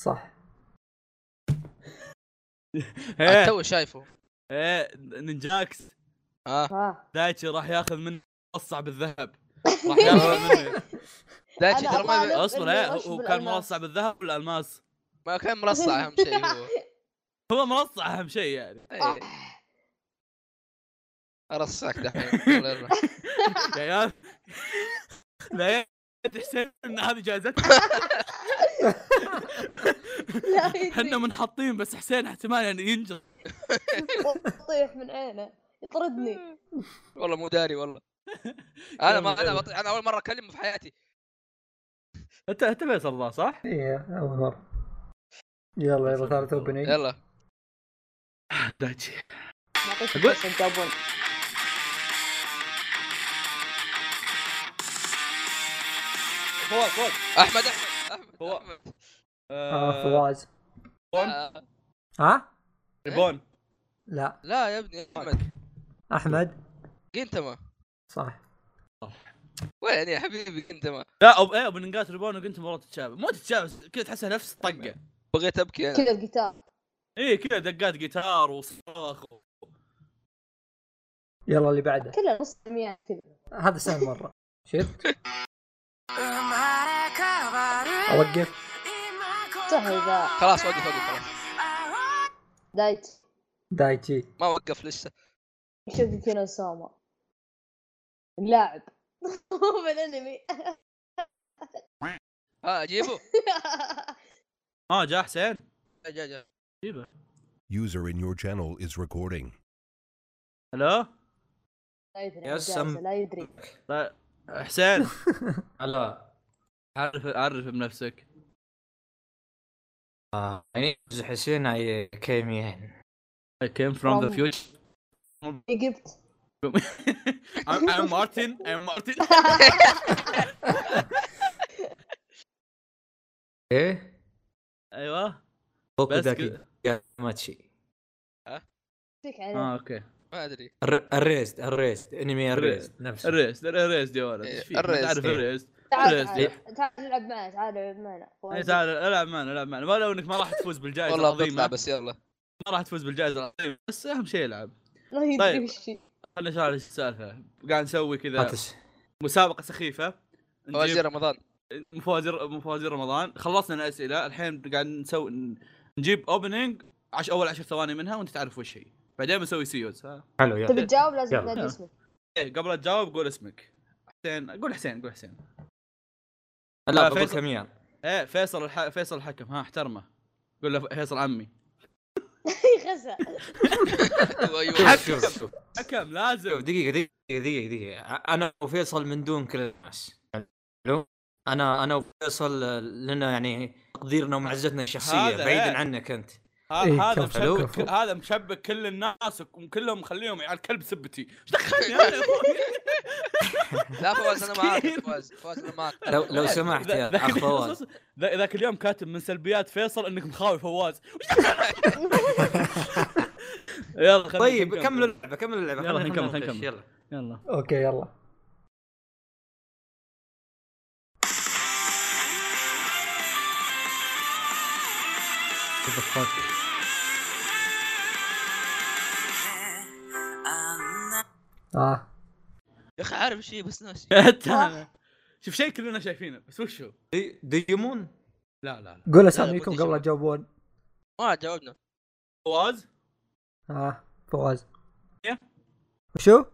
صح
إيه،
تو شايفه آه،
إيه، نينجاكس
ها
ها
دايتشي راح ياخذ من مرصع بالذهب
[laughs]
راح ياخذ مني
دايتشي
أنا
ترى ما
أطالب.
اصبر إيه، هو
بالرش
هو كان
بالألماس.
مرصع بالذهب والالماس
ما كان مرصع اهم شيء
[laughs]
هو
هو مرصع اهم شيء يعني
آه.
إيه. ارصعك دحين يلا يلا
يا عيال لا يا حسين ان هذه جائزتنا
لا
[laughs]
يدري.
احنا منحطين بس حسين احتمال يعني ينجر
يطيح من عينه يطردني
والله مو داري
[laughs]
والله انا ما انا بطيء انا اول مره اكلمه في حياتي
انت انت فيصل الله صح؟
ايه اول مره يلا يلا ثالث اوبننج
يلا
دايتشي
يعطيك
أقول-
الفرصة تجاوبون
فواز فواز
احمد احمد احمد
هو-
أحمد.
آه،
اه فواز
آه،
ها؟
ريبون
لا
لا يا ابني احمد
احمد
قنتما
صح
وين يا حبيبي قنتما
لا ابو ايه ابو نقاط ريبون وقلت مرات تتشابه مو تتشابه كذا تحسها نفس الطقه
بغيت ابكي انا
كذا القتال
اي كذا دقات جيتار وصراخ و-
يلا اللي بعده
كلها نص مياه كذا
هذا سهل مره شفت؟ اوقف
صح اذا
خلاص وقف وقف خلاص
دايتشي
دايتشي
ما وقف لسه
شوف كينا ساما اللاعب هو [laughs] من الانمي
ها اجيبه
ها آه، جاء حسين
جا جا
جيبه
User in your channel is recording.
الو
[laughs] لا يدري
يا
عن
سم.
جائزة، لا يدري
طيب، حسين
هلا
عرف عرف بنفسك
آه، يعني حسين اي كيم ين
I came from the
From-
future
جبت
I'm, I'm Martin I'm Martin
ايه
ايوه
بوكو
بس
داكي
كده.
جا ماتشي
فيك
اه
عليه
اوكي
ما ادري
الر- الريست الريست انمي الريست نفسه
الريس الريس يا ولد
إيه،
ايش فيك؟ ما
الريس،
تعرف
إيه.
الريس
تعال
الريس،
تعال تعال نلعب معنا تعال نلعب معنا
إيه، تعال العب معنا العب معنا ولو انك ما راح تفوز بالجائزه
والله بطلع
العظيمه
بس يلا
ما راح تفوز بالجائزه العظيمه بس اهم شيء العب
لا يدري
طيب.
وش هي.
خلينا نشرح لك السالفه قاعد نسوي كذا
هاتس.
مسابقه سخيفه
فوازير
نجيب [laughs]
رمضان
مفوازير مفوازير رمضان خلصنا الاسئله الحين قاعد نسوي نجيب اوبننج عش اول عشر ثواني منها وانت تعرف وش هي بعدين بنسوي سيوز ها
حلو يلا
تبي تجاوب لازم
يلا.
تنادي
يلا.
[laughs] اسمك
ايه قبل لا تجاوب قول اسمك حسين قول حسين قول حسين
لا
آه،
بقول
فيصل.
كميان
ايه فيصل الح... فيصل الحكم ها احترمه قول له فيصل عمي
خسر [laughs]
ايوه
أيوة،
شوف شوف شوف
حكم لازم
شوف، دقيقة دقيقة دقيقة دقيقة أنا وفيصل من دون كل الناس حلو أنا أنا وفيصل لنا يعني تقديرنا ومعزتنا الشخصية
هذا
بعيدا
إيه.
عنك أنت
ه-
إيه،
هذا
كفو،
مشبك
كفو.
كل... هذا مشبك كل الناس وكلهم مخليهم على الكلب سبتي ايش دخلني انا يا أخوي؟
لا فواز انا معاك
مسكين.
فواز فواز انا معاك
لو [laughs] لو سمحت
ذا-
يا
ذاك
أخ
اليوم-
فواز
ذا- ذاك اليوم كاتب من سلبيات فيصل انك مخاوي فواز [laughs] يلا خلينا
طيب
نكمل.
كملوا اللعبة كملوا اللعبة
يلا،
خلينا
نكمل،
نناقش،
نكمل.
يلا
يلا
اوكي يلا اه
يا اخي عارف شيء بس ناسي
آه.
حتى انا [laughs] شوف شيء كلنا شايفينه بس وش هو؟
دي- ديجيمون
لا لا لا
قول اساميكم
بودي
قبل لا
شباب.
تجاوبون
ما جاوبنا
فواز
ها آه، فواز
يا.
وشو؟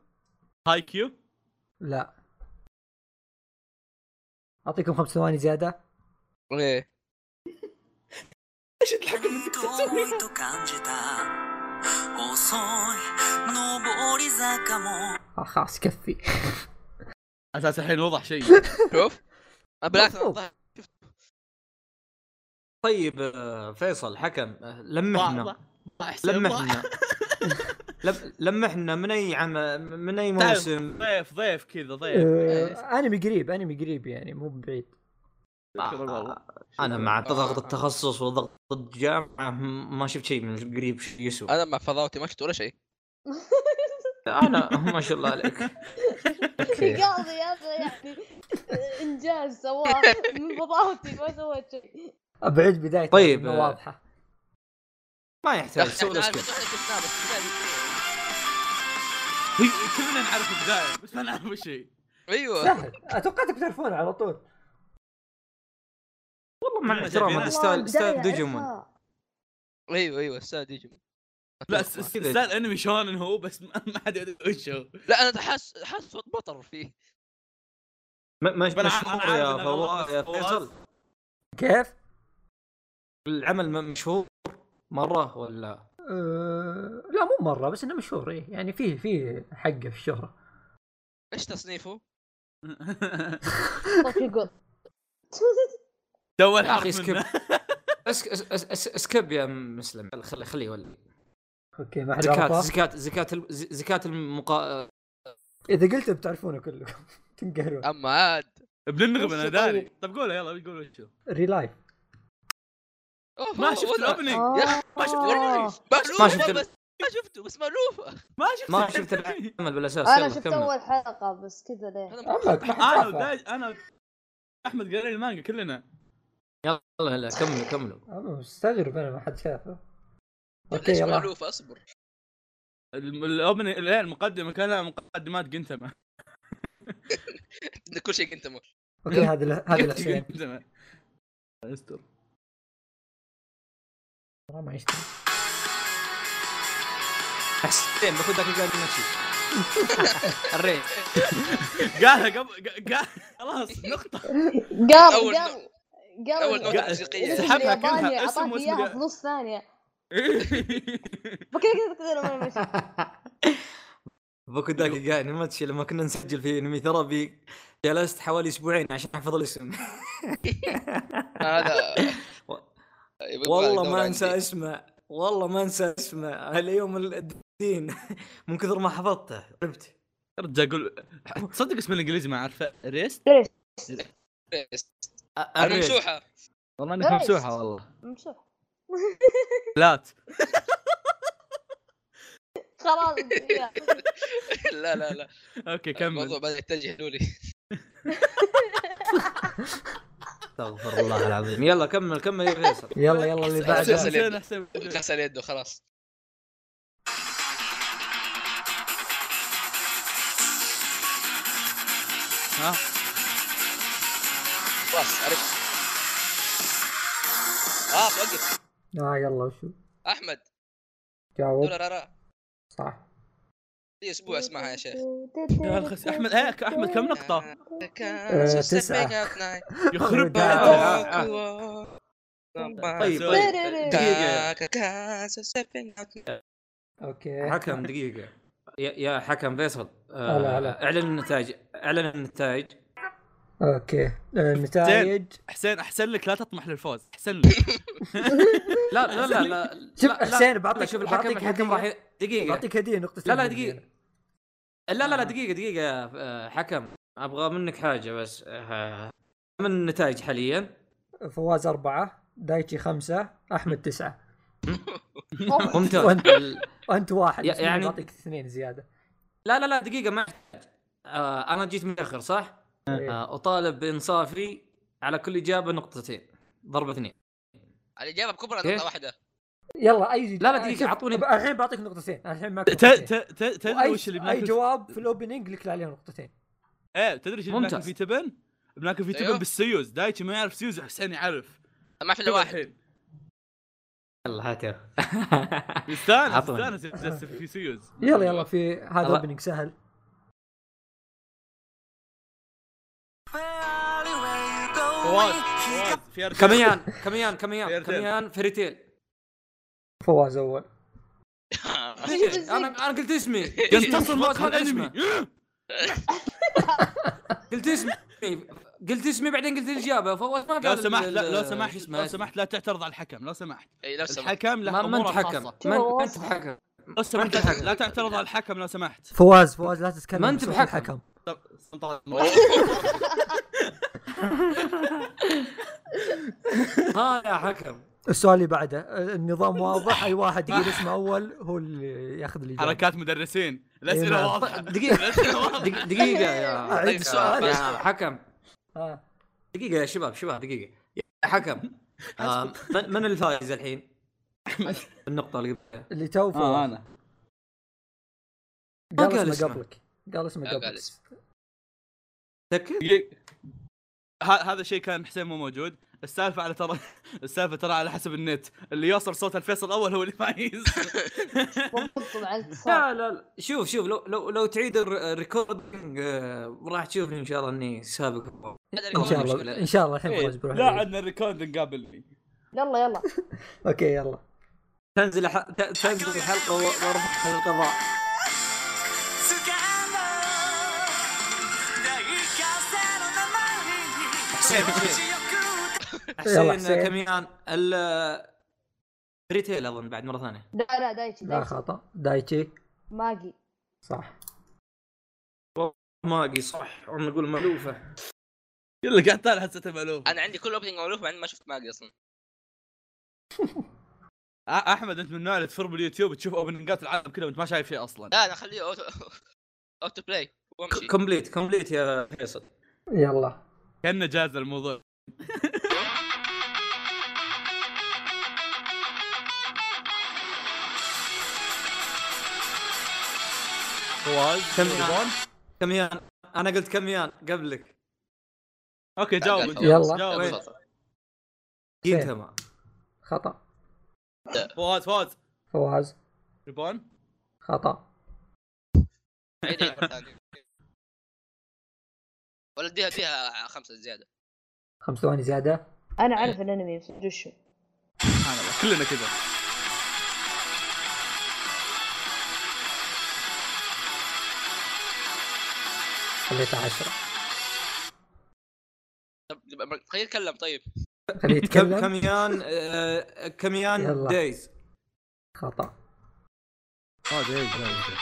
هاي كيو
لا اعطيكم خمس ثواني زياده
ايه
遠いと感じた遅い上り坂も
آه خلاص كفي
اساس الحين وضح شيء
شوف أنا بالعكس
مفروض.
أنا-
طيب آه، فيصل حكم آه، لمحنا
ضح- ضح- ضح-
لمحنا لم- لمحنا من اي عام من اي
تعال. طيب،
موسم
ضيف ضيف كذا
طيب.
ضيف
آه انمي قريب انمي قريب يعني مو بعيد
شكراً والله.
انا مع ضغط
آه.
التخصص وضغط الجامعه م- ما شفت شيء من قريب ش- يسوى
انا مع فضاوتي ما شفت ولا شيء
طيب، انا [laughs] ما شاء الله عليك
[laughs]
أوكي.
قاضي هذا يعني انجاز سواه
[laughs]
من بضاوتي ما سويت شيء
ابعد بدايه
طيب،
إنها
آه،
واضحه
ما
يا
يحتاج
أخي،
سوي
إحنا
له
عارفين إحنا
سكيب
شفناه، بس بداية-
هي- كلنا نعرف البدايه بس ما نعرف وش هي
ايوه
سهل اتوقعتك تعرفون على طول
والله مع
إحنا
احترام
شايفينه.
هذا
والله
ستايل ستايل
البداية
ديجيمون
أعرفها.
ايوه ايوه استاذ يجي
لا
أتوقع.
س- س- ستايل انمي شونن هو بس ما ما حد يدري وش هو [laughs]
لا انا حاسس حاسس صوت مطر فيه
م- مش
أنا عارف
مشهور
إن
يا
أنا والله
فواز يا
فواز.
فيصل
كيف؟
العمل م- مشهور مره ولا
أه لا مو مره بس انه مشهور إيه. يعني فيه فيه حقه في الشهره
ايش تصنيفه؟
صوت يقول
تو
يا اخي
الحرف
سكيب [laughs]
منه [laughs]
أس- أس- أس- سكيب يا مسلم خلي خليه يولي
اوكي ما حد
زكاة
عرفه
زكاة زكاة الم- ز- زكاة المقا
اذا قلت بتعرفونه كلكم [laughs] تنقهرون
اما عاد
بننغم انا
وش
داري
طيب؟
طب قولها يلا قول وش هو
ريلايف
أوه،
ما
أوه،
شفت
ولا-
الاوبننج
آه.
يا أخي،
ما شفت الأوبننج.
ما
مألوفة
شفت ال-
بس ما شفته بس مألوفة
ما شفت
ما شفت
الأوبننج. [laughs]
العمل بالاساس
انا
يلا
شفت
كمل.
اول حلقه بس كذا ليه
أنا
اما ما حد
انا
عرفه
وداج انا احمد قال لي المانجا كلنا
يلا يلا كملوا كملوا
اما مستغرب انا ما حد شافه اوكي
ليش
يلا
مألوفة اصبر
الم- الاوبننج لا المقدمه كلها مقدمات جنتما
إن كل شيء كنت مو
اوكي هذا ال-
[laughs]
هذا
[laughs]
الحسين
جنتما استر
والله ما يشتغل
حسين باخذ ذاك القاعد المشي الريت
قالها قبل قا- قا- [laughs] خلاص نقطه
قام
اول
قام قام
أول نوتة
قا-
موسيقية.
الاسم
سحبها
الياباني
كلها، اسم
أعطاك
واسم
اياها
الياباني.
في نص ثانيه فكذا كذا كذا لما مشي
باخذ ذاك القاعد المشي لما كنا نسجل في انمي ثرابي جلست حوالي اسبوعين عشان احفظ الاسم
هذا
[laughs]
طيب،
و-
يبغى
والله
دورة
ما انسى
عندي.
اسمه والله ما انسى اسمه اليوم الدين [laughs] من كثر ما حفظته عرفت
[laughs] ارجع اقول تصدق اسم الانجليزي ما عارفه ريست
الممسوحة
والله
انك ممسوحة
والله
مشوف
لات
خلاص يا.
[laughs] لا لا لا
اوكي
الموضوع
كمل
بدأ يتجه لولي [laughs]
استغفر الله العظيم يلا كمل كمل يا فيصل
يلا يلا اللي
أساساً.
بعده
حسين حسين حسين.
غسل يده خلاص
ها
خلاص عرفت آه، خلاص وقف
اه يلا وشو
احمد
جاوب
دولار ارا
صح
لي اسبوع اسمعها يا شيخ
يا الخس احمد هيك احمد إيه، كم نقطة؟
آه، تسعة.
يخرب
آه،
آه،
طيب
طيب،
طيب
طيب.
آه،
اوكي
حكم دقيقة يا يا حكم فيصل آه،
هلا، هلا.
اعلن النتائج اعلن النتائج
اوكي النتائج
حسين احسن لك لا تطمح للفوز احسن
[laughs]
لك
لا لا لا لا
شوف
لا- لا.
حسين
لا
بعطيك
شوف الحكم
بعطيك
الحكم راح
هديه
ي- دقيقة
بعطيك هديه نقطتين
لا، لا،
من
دقيقة.
هنا.
لا لا لا دقيقة دقيقة يا آه، حكم ابغى منك حاجة بس آه، من النتائج حاليا
فواز أربعة دايتشي خمسة أحمد تسعة
[laughs]
ممتاز
وأنت-
ال-
وأنت واحد
يا-
بس أنا
يعني-
بعطيك اثنين زيادة
لا لا لا دقيقة ما يحتاج. آه، انا جيت متأخر صح؟
إيه.
آه، اطالب بانصافي على كل اجابة نقطتين ضربة اثنين
الاجابه بكبرى
إيه؟
كيف؟
نقطه واحده
يلا أي
لا، لا، دقيقة،
شوف،
أعطوني-
الحين بعطيك نقطتين الحين معك
ت-
نقطتين.
ت- ت- تدري
وأي
وش اللي
أي
بناكل
جواب في الأوبننج لك عليه نقطتين
ايه تدري وش اللي
ممتاز.
بناكل في تبن؟ بناكل في
أيوه.
تبن بالسيوز دايتشي ما يعرف سيوز حسين يعرف
ما في الا
شوف
واحد
الحين
يلا هات يلا [laughs]
يستانس
عطنا.
يستانس يتجسس في سيوز
يلا يلا في هذا
الله.
اوبننج سهل
فواز فواز في أرجل.
كميان كميان كميان
فيرتيل.
كميان فريتيل
فواز اول
انا انا قلت اسمي
ينتصر
فواز
مقهى
هذا اسمه.
الانمي
قلت اسمي قلت اسمي بعدين قلت الاجابه فواز ما قال
لو سمحت
ال-
لا لو
ال-
سمحت
اسمه.
لو سمحت لا تعترض على الحكم لو سمحت
اي لو سمحت
الحكم له
ما ما انت
اموره
حكم
الخاصه
ما
شوف
أنت- ما
فواز.
انت حكم
لو سمحت
ما أنت بحكم.
لا تعترض على الحكم لو سمحت
فواز فواز لا تتكلم
ما أنت
بصوت
بحكم.
الحكم
طب، سلطان.
ها يا حكم
السؤال اللي بعده آه، النظام واضح اي واحد
[laughs]
يقول اسمه اول هو اللي ياخذ الاجابه
حركات مدرسين
إيه،
الاسئله
نعم.
واضحه
دقيقه
الأسئلة
[laughs]
واضحة.
دق- دقيقه يا
أعيد
يا-
السؤال.
يا حكم
آه.
دقيقه يا شباب شباب دقيقه يا
[laughs]
حكم آه، من من الفائز الحين؟ النقطه اللي قبلها
اللي تو
اه
آه،
فواز
انا
ما
قال
قال
اسمه
اسمه.
قبلك قال اسمه
قال
قبلك
اسمه.
تاكد
ه- هذا الشيء كان حسين مو موجود السالفه على ترى السالفه ترى على حسب النت اللي يوصل صوت الفيصل الاول هو اللي فايز
وقفتم على
[laughs]
الاتصال
طيب.
لا لا لا شوف شوف لو لو لو تعيد الر- الريكوردينج آه، راح تشوفني ان شاء الله اني سابق
ان شاء الله ان شاء الله الحين
إيه،
فواز بيروح
لا
يعيد.
عندنا الريكوردنج قابلني
يلا يلا
اوكي يلا
تنزل ح... ت- تنزل الحلقه و- وارفعها [laughs] للقضاء
掴んだ大風の名前に気持ちよく
يلا
حسين
حسين.
كميان ال ريتيل اظن بعد مره ثانيه
لا لا دايتشي
لا
دايتشي
خطا دايتشي
ماجي
صح
ماجي صح عم نقول مالوفه
يلا قاعد طالع حسيت المألوف
انا عندي كل اوبننج مالوف مع اني ما شفت ماجي اصلا
أ- احمد انت من النوع اللي تفر باليوتيوب تشوف اوبننجات العالم كله وانت ما شايف شيء اصلا
لا انا اخليه اوتو اوتو بلاي وامشي
كومبليت كومبليت يا فيصل
يلا
كانه جاز الموضوع فواز
كميان كميان انا قلت كميان قبلك
اوكي جاوب
قال
انت.
يلا.
جاوب
يلا
انت.
تفضل.
جيتما
خطا
فواز فواز
فواز
ريبون
خطا
عيد عيد مرة ثانية. ولا اديها اديها خمسه زياده
خمس ثواني زياده
انا اعرف الانمي بس أدري شو
سبحان الله كلنا كذا
خليته عشرة
طب خليه يتكلم طيب
خليه
كم
يتكلم
كميان آه، كميان
يلا.
دايز
خطا
هذا إيه، جاوب.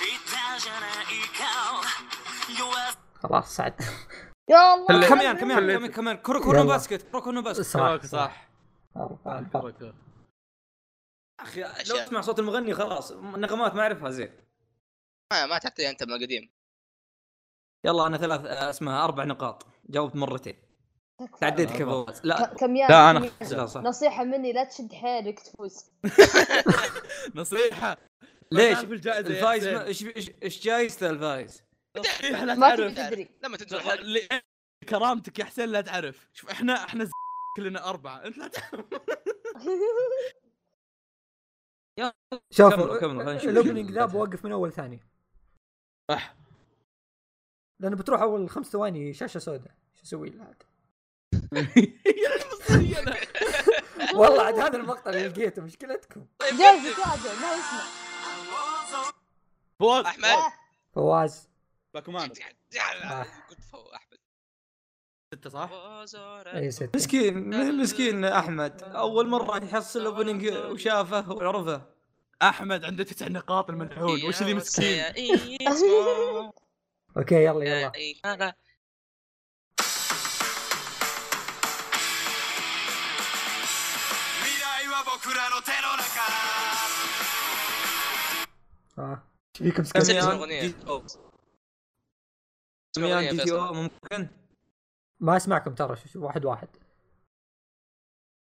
言ったじゃないか弱さ
خلاص سعد
يا الله
كميان كميان كميان كرة كرة
يلا.
باسكت كرة كرة باسكت
صح آه،
صح صح
أربعة، أربعة.
حركة.
اخي لو اسمع صوت المغني خلاص نغمات ما اعرفها زين
ما يعني ما تعطيها انت من القديم
يلا انا ثلاث آه، اسمها اربع نقاط جاوبت مرتين تعديت كيف فواز لا
ك- كم يا
لا، أنا
كم يا-
لا صح
نصيحة مني لا تشد حيلك تفوز [laughs]
نصيحه
ليش؟
تعرف الجائزة يا
الفايز
حسين.
ما- ايش ايش ايش جايزته الفايز؟
نصيحه لا
ما تبي
تعرف
تدري
لما تنزل الحلقه
ل- كرامتك يا حسين لا تعرف شوف احنا احنا ز- كلنا اربعه انت لا تعرف
شوف
كملوا- كملوا، خلينا نشوف.
الاوبننج
[laughs]
ذا بوقف من اول ثانية
صح.
لانه بتروح اول خمس ثواني شاشة سوداء شو اسوي لها
[laughs]
عاد؟
يا المصري انا
والله عاد هذا المقطع اللي لقيته مشكلتكم
طيب،
جاز يتراجع ما يسمع
فواز
احمد
فواز آه،
باكومان
كنت فوق احمد
انت صح؟
اي إيه، ست
مسكين مسكين احمد اول مره يحصل الاوبننج وشافه وعرفه
احمد عنده تسع نقاط الملعون وش اللي مسكين؟
اوكي يلا يلا
إيه.
يلا
ها ايش آه. فيكم
نسيت
مسكين
اسم
كميان
الأغنية.
جي تي او
اسم الأغنية يا
كميان جي تي
فيصل.
او ممكن
ما اسمعكم ترى شو- شو واحد واحد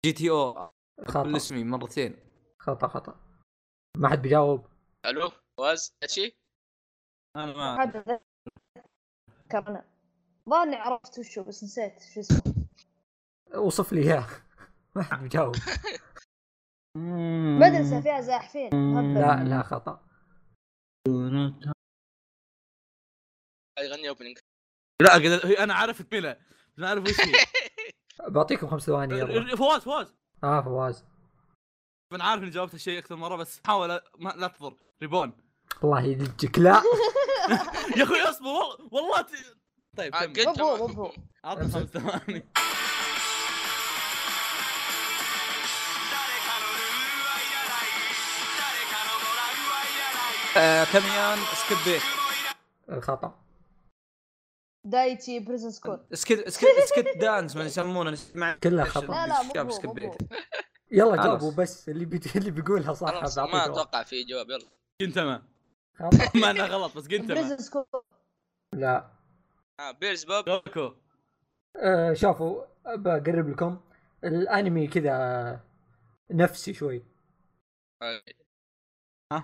جي تي او
خطا
اسمي مرتين
خطا خطا ما حد بيجاوب
الو فواز شيء
انا ما
هذا ذا- كرنا ظاهر اني عرفت وشو بس نسيت شو اسمه
وصف لي اياه [laughs] ما حد مجاوب
مدرسه فيها زاحفين هبل.
لا لا خطا
يغني اوبننج
لا قد- هي انا عارف تميلها بس ما اعرف وش هي
بعطيكم خمس ثواني
[laughs]
يلا
فواز فواز
اه فواز
انا عارف اني جاوبت هالشيء اكثر مره بس حاول ما لا تضر ريبون [laughs]
الله يدجك لا
يا اخوي اصبر والله والله ت- طيب
آه،
كمل.
قلت-
مو هو، مو هو.
عطني خمس ثواني [laughs]
えー、キャミヤンスケッベ
خطا
دايتشي بريزن سكول
[laughs] スケスケスケッダンスまでシャンモーナにま
كلها خطا
لا لا مو
شاب
هو،
سكيب
مو هو.
يلا
خلاص.
جاوبوا بس اللي بي... [laughs] اللي بيقولها صح
خلاص
بعطيه
ما
جواب.
اتوقع في جواب يلا
قنتما
[laughs]
خطا
ما انا غلط بس قنتما
[laughs] بريزن سكول
لا
آه، بيرز [laughs] بوب
جوكو
آه شافوا بقرب لكم الانمي كذا نفسي شوي
آه،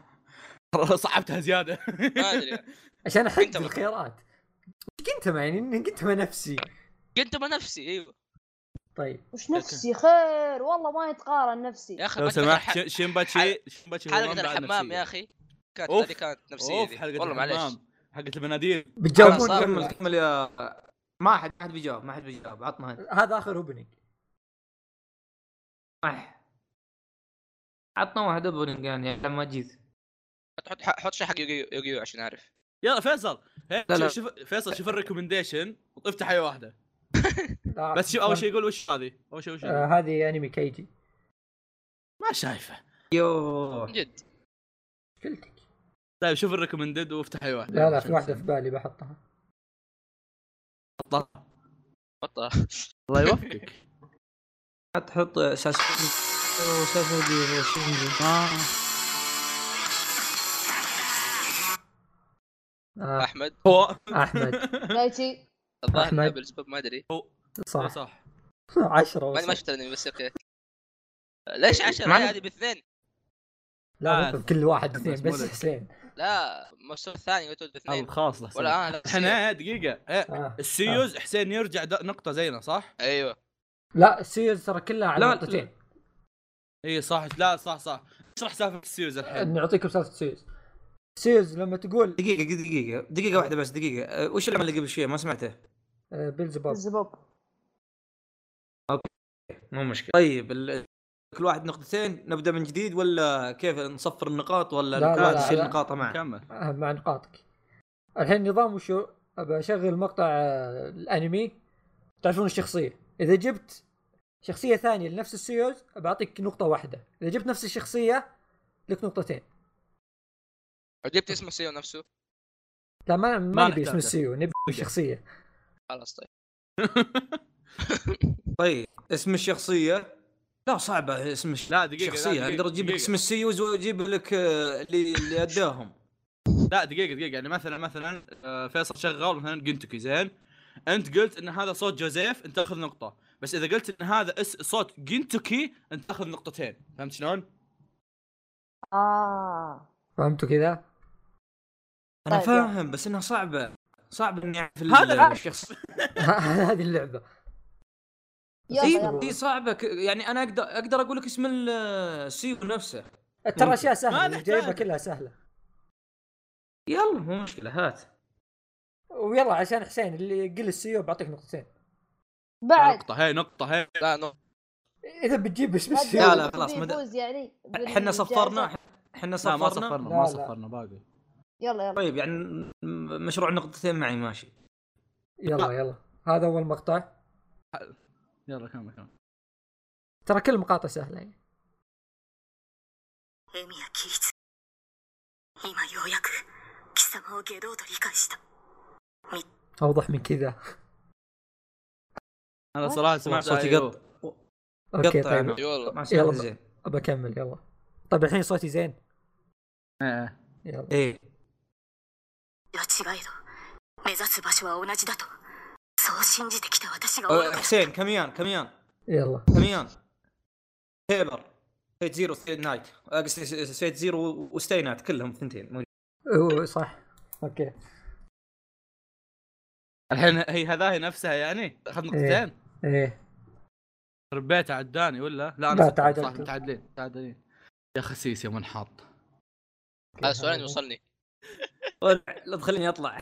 صعبتها زياده
[laughs] ما ادري
عشان احدد
قنتما.
الخيارات كنت ما يعني كنت ما نفسي
قلت بنفسي ايوه
طيب
وش نفسي خير والله ما يتقارن نفسي
يا اخي
لو
بتذكر
سمحت
ح-
ش- شينباتشي شينباتشي هو
حلقه
ممنوع عن
الحمام
نفسية.
يا اخي كانت
أوف.
هذه كانت نفسيه
اوف
دي.
حلقه
والله معليش
الحمام حقه المناديل
بتجاوبون
خلاص،
ولا
كمل
لا؟
كمل يا ما حد ما حد بيجاوب ما حد بيجاوب عطنا هذا.
هذا اخر اوبننج
آه. عطنا واحد اوبننج يعني لما جيت
حط حط حط شيء حق يوغيو يوغيو عشان اعرف
يلا فيصل هي-
لا، لا.
شوف فيصل شوف الريكومنديشن وافتح اي واحده
لا،
بس شوف اول شيء يقول وش هذه اول شيء وش هذه؟
نعم. آه هذه انمي كيجي
ما شايفه آه.
يو
من جد
مشكلتك
طيب شوف الريكومندد وافتح اي واحده
لا لا في واحده في بالي بحطها
بطه
الله [laughs] يوفقك
تحط ساسكي ساسكي شينجي
آه
احمد
هو
احمد
[laughs]
دايتشي
الظاهر
أحمد.
بيرز بوب ما ادري
صح,
صح
صح.
عشرة
ما ما
وصل.
شفت الانمي بس اوكي ليش عشرة
ما-
هذه باثنين
لا مو كل واحد اثنين
بس مو
بس
لك.
حسين
لا موسم ثاني قلت باثنين
خلاص إيه. لا، حسين.
ولا انا
[laughs] احنا دقيقه إيه،
آه.
السيوز حسين يرجع د- نقطه زينا صح؟
ايوه
لا السيريز ترى كلها على
لا،
نقطتين
اي إيه، صح لا صح صح اشرح سالفه السيوز الحين
نعطيكم سالفه السيريز السيريز لما تقول
دقيقة دقيقة دقيقة واحدة بس دقيقة أه، وش العمل اللي قبل شوية ما سمعته
آه بيلزبوب
الزبوب
مو مشكلة طيب ال... كل واحد نقطتين نبدأ من جديد ولا كيف نصفر النقاط ولا
لا،
كل واحد
لا، لا،
يشيل
لا.
نقاطه معه
كمل
آه، مع نقاطك الحين نظام وشو بشغل مقطع آه، الانمي تعرفون الشخصيه اذا جبت شخصيه ثانيه لنفس السيوز بعطيك نقطه واحده اذا جبت نفس الشخصيه لك نقطتين
جبت اسمه سيو نفسه
لا ما ما نبي
نحتاجه.
اسم السيو نبي الشخصيه
خلاص طيب
طيب اسم الشخصية لا صعبة اسم الش...
لا دقيقه لا،
الشخصية
دقيقة،
اقدر اجيب لك
دقيقة.
اسم السيوز واجيب لك آه، اللي اللي اداهم
لا دقيقة دقيقة يعني مثلا مثلا آه، فيصل شغال مثلا جنتوكي زين انت قلت ان هذا صوت جوزيف انت تاخذ نقطة بس اذا قلت ان هذا اس صوت جنتوكي انت تاخذ نقطتين فهمت شلون؟
اه
فهمتوا كذا؟ [laughs]
انا
طيب،
فاهم بس انها صعبة صعب اني اعرف ال-
هذا-
الشخص
هذه اللعبه
يلا
اي
يلا
اي صعبة ك... يعني انا اقدر اقدر اقول لك اسم ال- السيو نفسه
ترى اشياء
ما
سهله
نحتاج.
جايبها كلها سهله
يلا مو مشكلة هات
ويلا عشان حسين اللي يقل السيو بعطيك نقطتين
بعد
نقطة هي نقطة هي
لا نو
اذا بتجيب اسم السيو
لا، لا، خلاص، ما د-
بيفوز يعني
احنا صفرنا احنا
لا ما
صفرنا
صفرنا
لا،
ما
لا.
صفرنا باقي
يلا يلا
طيب يعني م- مشروع نقطتين معي ماشي
يلا يلا هذا اول مقطع
يلا كمل كمل
ترى كل المقاطع سهله يعني
エミヤ起立今ようやく貴様を下道と理解した
اوضح من كذا
انا صراحة
سمع
سمعت أيوه.
صوتي قط
اوكي
قطع
طيب
أنا.
اي والله
ما سمعت
يلا.
زين
بكمل يلا طيب الحين صوتي زين
إيه،
يلا
ايه
いや違いど目指す場所は同じだとそう信じてきた私が
أه، حسين كميان كميان
يلا
كميان تيبر سيت زيرو سيت نايت أه، قصدي س- سيت زيرو وستي نايت كلهم ثنتين موجود
أوه صح اوكي
[laughs] الحين هي هذا هي نفسها يعني اخذ نقطتين
ايه
ربيت عداني ولا لا
لا،
انا ستة، صح
تعادلتوا.
متعادلين متعادلين يا خسيس يا منحط [laughs]
هذا سؤال يوصلني
لا تخليني اطلع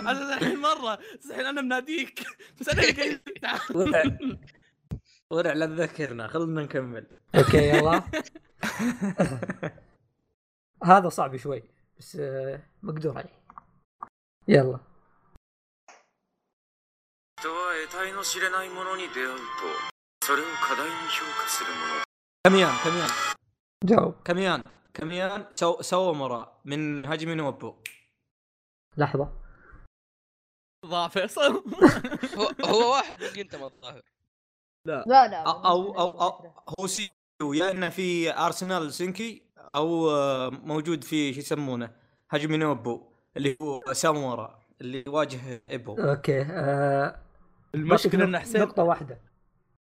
انا الحين مره الحين انا مناديك بس انا اللي قايل تعال.
ورع ورع لا تذكرنا خلنا نكمل
اوكي
[laughs]
يلا هذا صعب شوي بس آه، مقدور عليه يلا
人は得体の知れないものに出会うとそれを過大に評価するもの
كميان كميان
جاوب
كميان كميان سو سومرا من هاجمي نوبو
لحظه
ضاع
[laughs]
فيصل
هو, هو واحد [laughs] يمكن انت ما تظاهر
لا لا
أو- أو أو أو هو سي يا انه في ارسنال سنكي او آه، موجود في شو يسمونه هاجمي نوبو اللي هو سامورا اللي يواجه ايبو
اوكي آه،
المشكله ان حسين
نقطه واحده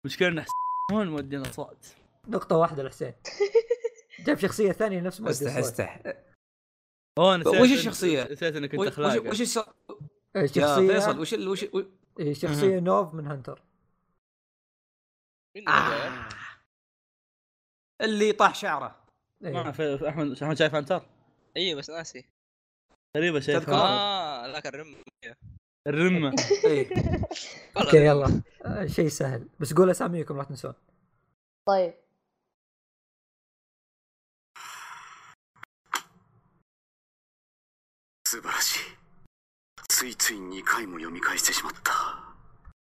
المشكله ان حسين هون مودينا صوت
نقطه واحده
[laughs]
لحسين جاب شخصيه ثانيه نفس ما
استح استح
اوه أنا نسيت
وش
إن-
الشخصية؟
نسيت انك انت
وش وش
خلاق
وش الس-
إيه،
يا فيصل
شخصيه
وش ال- وش وش-
إيه، شخصيه نوف من هنتر
مين الرجال؟
آه. اللي طاح شعره
إيه.
ما في- احمد احمد شايف انتر
اي أيوة، بس ناسي
غريبه شايف
تذكر؟
آه،
اه ذاك الرم
[laughs] الرمه
ايه
والله
اوكي يلا آه، شيء سهل بس قول اساميكم لا تنسون
طيب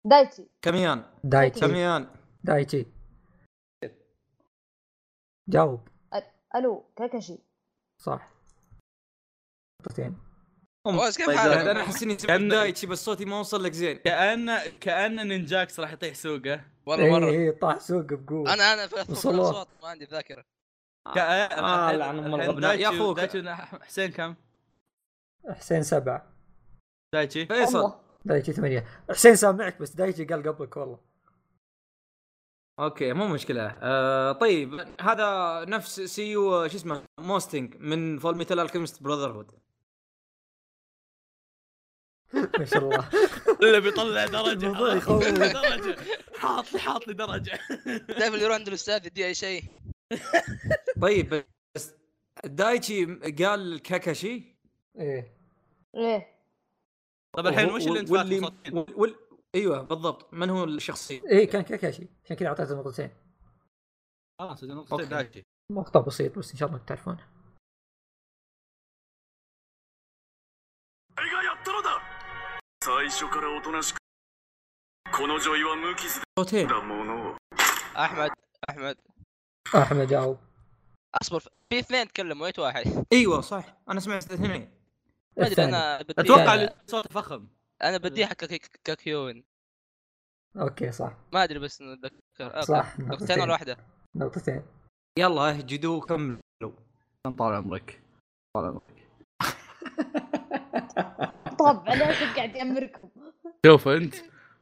دايتي
كميان
دايتشي
كميان
دايتشي جاوب
الو كاكاشي
صح نقطتين
فواز كيف
طيب،
حالك؟
انا احس اني
كان-
سمعت دايتشي بس صوتي ما وصل لك زين آه.
كان كان نينجاكس راح يطيح سوقه
والله
اي
مره
اي إيه، طاح سوق بقوه
انا انا في
وصل له.
اصوات ما عندي ذاكره
كان
آه، لعن أم الغبناء. يا أخوك.
حسين كم؟
حسين سبعه
دايتشي [laughs]
فيصل
الله.
دايتشي ثمانيه حسين سامعك بس دايتشي قال قبلك والله
اوكي مو مشكله آه طيب هذا نفس سيو شو اسمه موستنج من فول ميتال الكيمست براذر هود
ما شاء
[laughs]
الله
الا بيطلع [laughs] درجه
الموضوع يخوف.
درجه حاط لي حاط لي
[laughs]
درجه
تعرف اللي يروح عند الاستاذ يدي اي شيء
طيب بس دايتشي قال كاكاشي
ايه
ايه
طب الحين وش اللي انت
واللي-
فاتح
وال... ايوه بالضبط من هو الشخصيه
ايه كان كاكاشي عشان كذا اعطيته نقطتين
خلاص
أوكي.
نقطتين دايتشي
مقطع بسيط بس ان شاء الله تعرفونه
صوتين
احمد احمد
احمد جاوب
اصبر في اثنين تكلموا ايت واحد
ايوه صح انا سمعت اثنين
ما ادري
الثاني.
انا بدي
يعني-
اتوقع
لا.
اللي صوت فخم
انا بدي حق كك- ككيون
اوكي صح
ما ادري بس إنه اتذكر آه،
صح
نقطتين ولا
نقطتين
واحده
نقطتين
يلا اهجدوا وكملوا
طال عمرك طال عمرك
طب عليك قاعد
[laughs]
يامركم
شوف انت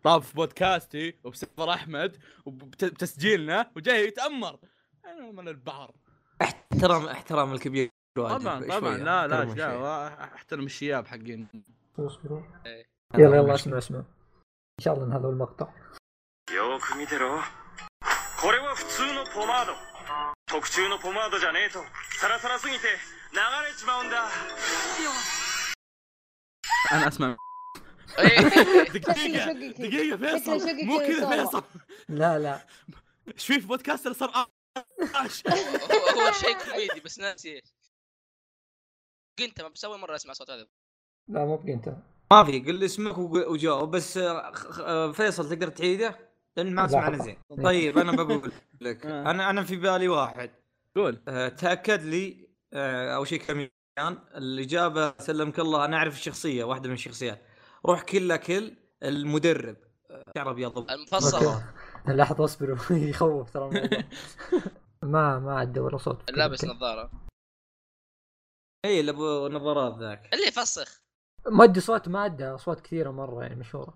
طاب في بودكاستي وبسفر احمد وبتسجيلنا وجاي يتامر انا من البحر
احترام احترام الكبير واجب
طبعا
طيب، شوية،
طبعا لا لا
احترموا شوية.
لا احترم الشياب حقين
اصبروا
إيه.
يلا يلا اسمع اسمع ان شاء الله ان هذا هو المقطع
よく見てろこれは普通のポマード特注のポマードじゃねえとサラサラすぎて流れちまうんだ
انا
[laughs]
اسمع
[laughs] إيه.
دقيقه دقيقه
شكله
فيصل
شقي
مو
كذا
كذا
يسوى.
فيصل
لا لا
ايش في في بودكاست اللي صار آش
هو هو شيء كوميدي بس ناسي ايش كنت ما بس اول مره اسمع صوت هذا
لا مو بقينته
ما في قل اسمك وق- وجاوب بس آه، خ- خ- آه، فيصل تقدر تعيده لان ما سمعنا زين طيب انا بقول
[laughs]
لك
آه.
انا انا في بالي واحد
قول
آه، تاكد لي آه، اول شيء كم يعني الاجابه سلمك الله انا اعرف الشخصيه واحده من الشخصيات روح كل كل المدرب آه، شعره ابيض
المفصل
لحظه اصبروا [laughs] يخوف ترى [laughs] الموضوع ما ما عدى ولا صوت
اللابس نظاره
اي اللي ابو إيه، نظارات ذاك
اللي يفسخ
ما ادري صوت ما ادى اصوات كثيره مره يعني مشهوره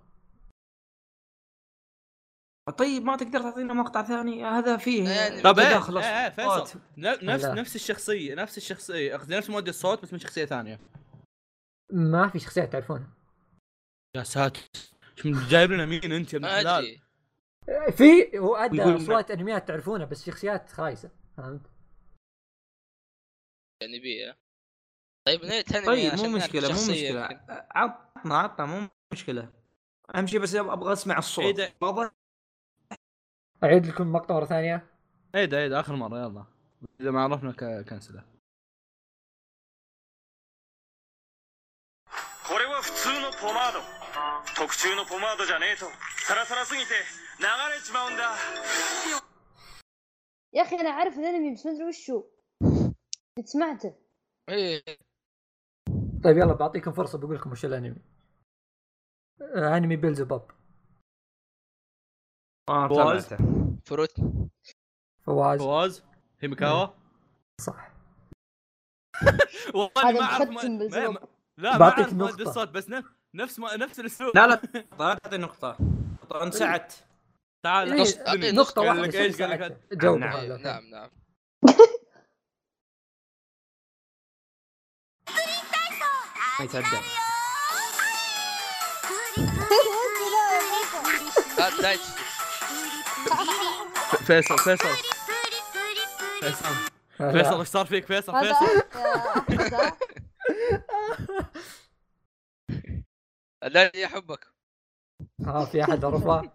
طيب ما تقدر تعطينا مقطع ثاني هذا فيه
يعني-
طب ايه
تداخل آه،
ايه إيه،
أصوات.
فيصل ن- نفس
لا.
نفس الشخصيه نفس الشخصيه أخذ- نفس مودي الصوت بس من شخصيه ثانيه
ما في شخصيات تعرفونها
يا ساتر شو من- جايب لنا مين انت يا ابن
ما
الحلال
ادري
في هو ادى
يقول-
اصوات انميات تعرفونها بس شخصيات خايسه فهمت؟
جانبيه يعني طيب نيت انمي
طيب
عشان
مو
نعرف
مشكله مو
شخصية
مشكله
يمكن.
عطنا عطنا مو مشكله اهم شيء بس ابغى اسمع
إيه
الصوت
ده؟
واضح؟
اعيد لكم مقطع مره ثانيه
عيد عيد اخر مره يلا اذا ما عرفنا ك- كنسله
これは普通のポマード特注のポマードじゃねえとサラサラすぎて流れちまうんだ
يا اخي انا عارف الانمي بس ما ادري وش هو قد سمعته
إيه.
طيب يلا بعطيكم فرصه بقول لكم وش الانمي آه، انمي بيلزبوب
ما
فواز.
تابعته.
فروت
فواز
فواز
[laughs]
هيميكاوا
صح
والله
هذا
ما اعرف ما-
مختم
ما- ما-
بالزبط
لا ما
بعطيك
اعرف ما
نقطة.
أدري الصوت بس نف- نفس ما نفس الاسلوب
لا لا لا تعطي نقطة طبعا انت سعدت
تعال
إيه،
قص-
أعطيني
نقطة
قال
واحدة
لك ايش قال لك
جاوب
نعم.
هذا.
نعم نعم
ما يتعدى
لا دايتش
فيصل فيصل فيصل
لا.
فيصل ايش صار فيك فيصل
هذا
فيصل
أحمد، ها؟
[laughs]
لا يا حبك
ها في احد عرفه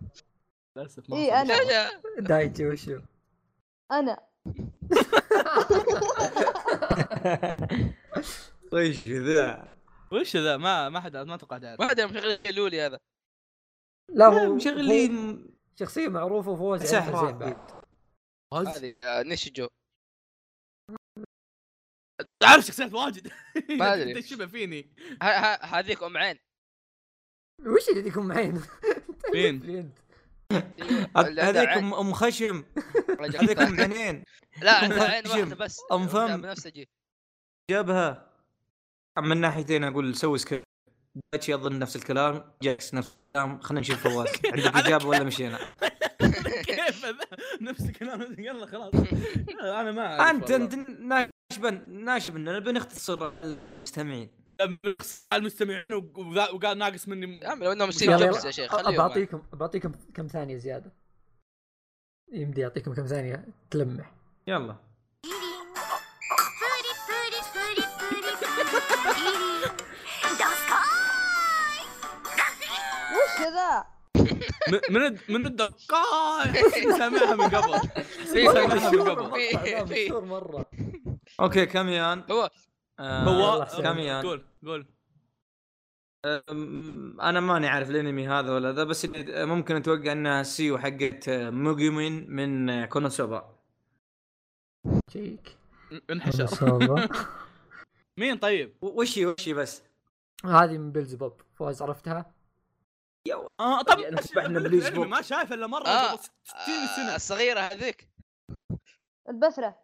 للاسف
إيه،
ما
أنا.
لا لا
دايتشي وشو
انا
وش ذا؟
وش ذا ما ما حد ما توقعت
ما
اعرف
ادري مشغل لولي هذا
لا
نعم،
هو هو
مشغلين
شخصيه معروفه وفواز عرفها زين بعد
سحرة
هذه آه، نيشيجو
تعرف شخصيات واجد
ما أدري.
[laughs] انت شبه
[laughs]
فيني
ه- ه- هذيك ام عين
وش اللي يكون معين [laughs]
مين
اللي عندها
هذيك
عين.
ام أم خشم
رجل
هذيك
ثاني.
ام عينين
لا عندها عين
فم.
واحده بس
أم فم.
عندها بنفسجي
جابها أما من ناحيتين اقول سوي سكريبت داتشي اظن نفس الكلام جاكس نفس الكلام خلينا نشوف فواز عندك اجابه ولا مشينا
كيف ذا؟ نفس الكلام يلا خلاص انا ما أعرف
انت
والله.
انت ناشبا ناشبا انا بنختصر المستمعين
لما بخص على المستمعين وق- وذا- وقال ناقص مني
[laughs] يا عم لو انهم ستيف
يلا،
جوبز
يلا.
يا شيخ خليهم معي.
بعطيكم بعطيكم كم ثانيه زياده يمدي يعطيكم كم ثانيه تلمح
يلا
وش ذا
م- من الد- من الدقائق
[laughs]
حسني سامعها من قبل حسني سامعها من
[laughs] مشهور
قبل
المقطع ذا،
في-
مشهور مره
اوكي كاميان
هو
آه،
هو
يلا،
كاميان
قول قول
أم- انا ماني عارف الانمي هذا ولا ذا بس إني ممكن اتوقع انها سيو حقت موجومين من آه، كونوسوبا
شيك ما
انحشر
شاء الله
مين طيب؟
و- وشي وشي بس
هذه من بيلزبوب فواز عرفتها
اه طب
يعني أصبحنا
أقول لك
بليز
الأنمي
بوب.
ما شايف الا مره
آه،
قبل 60
آه،
سنه
الصغيره هذيك
البثره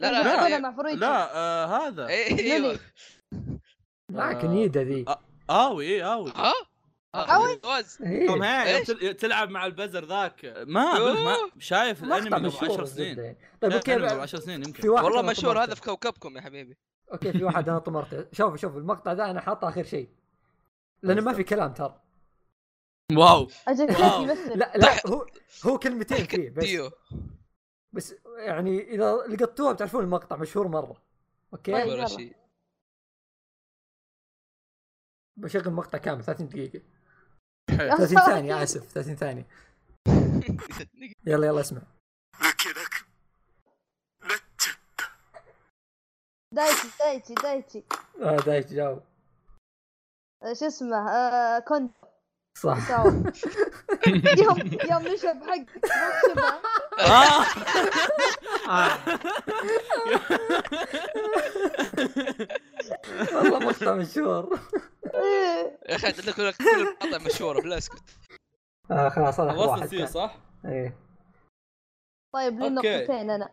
لا
لا،
لا
أنا
هذيك.
مع فريتشي
لا آه هذا
إيه، ايوه
معك نيدا ذي
اوي ايه اوي
ها آه،
أوي.
فوز
إيه.
توم هاي يوم
إيش؟
تل- تلعب مع البزر ذاك ما أقول لك ما شايف الانمي
مقطع
قبل
مشهور
10
جدا
سنين
يعني. طيب
شايف الأنمي
اوكي
قبل 10 سنين
في
يمكن
واحد
والله
أنا
مشهور
طمرته.
هذا في كوكبكم يا حبيبي
اوكي في واحد انا طمرته شوف شوف المقطع ذا انا حاطه اخر شيء لانه ما في كلام ترى
واو
اجل
واو.
كيف يمثل
لا لا هو هو كلمتين فيه بس
ديو
بس يعني اذا لقطتوها بتعرفون المقطع مشهور مره اوكي
طيب.
ولا
يلا.
شيء [laughs]
بشغل مقطع كامل 30 دقيقه
حلو.
30
[laughs]
ثانيه اسف 30 ثانيه يلا يلا اسمع
抜けなくなっちゃ
دايتشي دايتشي دايتشي
آه دايش جاوب
آه، شو اسمه آه كنت [laughs]
صح
ساو. يوم يوم نشب حق شبه.
آه. [laughs]
[laughs] آه.
والله مقطع مشهور
إيه.
يا اخي عاد لك كل المقاطع مشهوره بلا اسكت
آه خلاص انا أخذ
وصل
واحد
سي
كان.
صح؟
ايه
طيب لي
أوكي.
نقطتين انا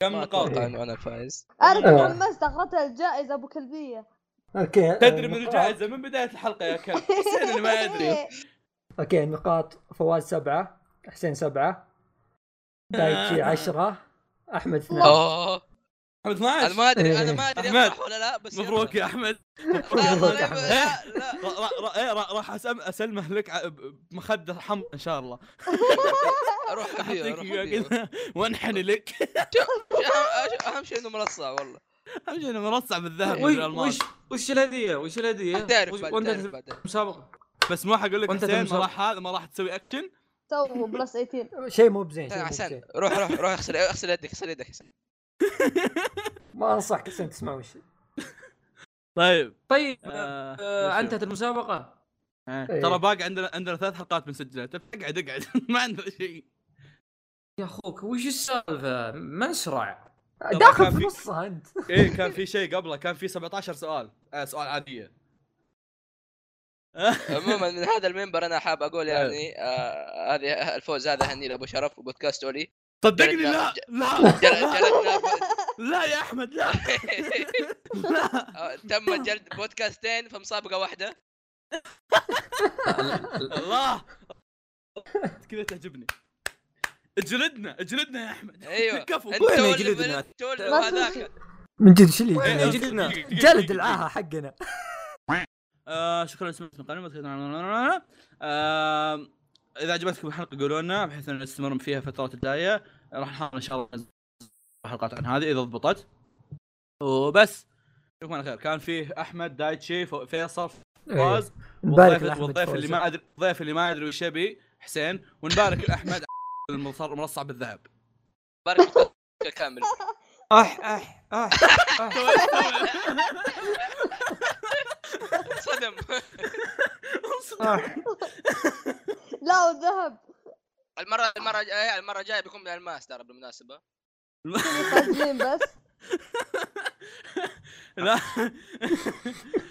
كم
ما
نقاط
اتوقع انه انا فايز
انا
آه.
تحمست اخذتها الجائزه ابو كلبيه
اوكي
تدري من
النقاط-
الجائزه من بدايه الحلقه يا كلب حسين اللي ما يدري
اوكي النقاط فواز سبعه
[laughs]
[laughs]
حسين سبعه دايتشي عشرة احمد 12
اوه
احمد 12
انا ما ادري انا ما ادري
أحمد،
افرح ولا لا بس يلا.
مبروك يا احمد
لا
مبروك
لا،
يا أحمد.
لا لا
را- را- را- إيه، را- راح أسم- اسلمه لك ع- ب- بمخده حمراء ان شاء الله [laughs]
روح حبيبي
أعطيك
روح
إياه
حبيبي
كذا [laughs] وانحني لك
[laughs]
[laughs]
أهم- اهم شيء انه ملصع والله
اهم شيء انه مرصع بالذهب
وش
من
وش وش الهديه وش الهديه
تعرف
وش-
بعد-
وانت
تعرف بعدين.
مسابقه
بس ما راح اقول لك
وأنت
حسين ما
تمسح.
راح هذا ما راح تسوي اكشن
[laughs] تو بلس 18
شيء مو بزين شيء مو
حسن
بزين
روح روح روح اغسل اغسل يدك اغسل يدك حسن
ما انصحك حسين تسمعون شيء
طيب
طيب
آه،
آه،
نشوف.
انتهت المسابقه
آه،
إيه.
ترى باقي عندنا عندنا ثلاث حلقات بنسجلها تف- اقعد اقعد [laughs] ما عندنا شيء
يا اخوك وش السالفه ما اسرع
داخل
كان
في
في-
نصها انت
ايه [laughs] كان في شيء قبله كان في 17 سؤال آه سؤال عاديه
عموما من هذا المنبر انا حاب اقول يعني آه، هذه الفوز هذا هني لابو شرف وبودكاست اولي
[laughs] صدقني لا لا
جل- جلدنا
[laughs]
[laughs]
لا يا احمد لا لا
آه، تم جلد بودكاستين في مسابقه واحده
الله كذا تعجبني اجلدنا اجلدنا يا احمد
ايوه
كفو
انت
وين
واللي-
يجلدنا؟
انت واللي
ما
هذاك
من جد شو اللي
وين
يجي؟
يجلدنا؟
إيه، دقيقة- دقيقة-
جلد
دقيقة.
العاهه حقنا
آه، شكرا لسمعتكم القناه ما آه اذا عجبتكم الحلقه قولوا لنا بحيث ان نستمر فيها الفترات الجايه راح نحاول ان شاء الله ننزل حلقات عن هذه اذا ضبطت وبس نشوفكم على خير كان فيه احمد دايتشي فو- فيصل فواز
نبارك
والضيف,
لأحمد
والضيف اللي
فوزي.
ما ادري الضيف اللي ما ادري وش يبي حسين ونبارك [laughs] لاحمد المصر- مرصع بالذهب
بارك كامل
اح اح [laughs] اح اح
صدم [laughs]
اح
لا والذهب
المره المره الجايه المره الجايه بيكون بالالماس ترى بالمناسبه
قادمين بس
لا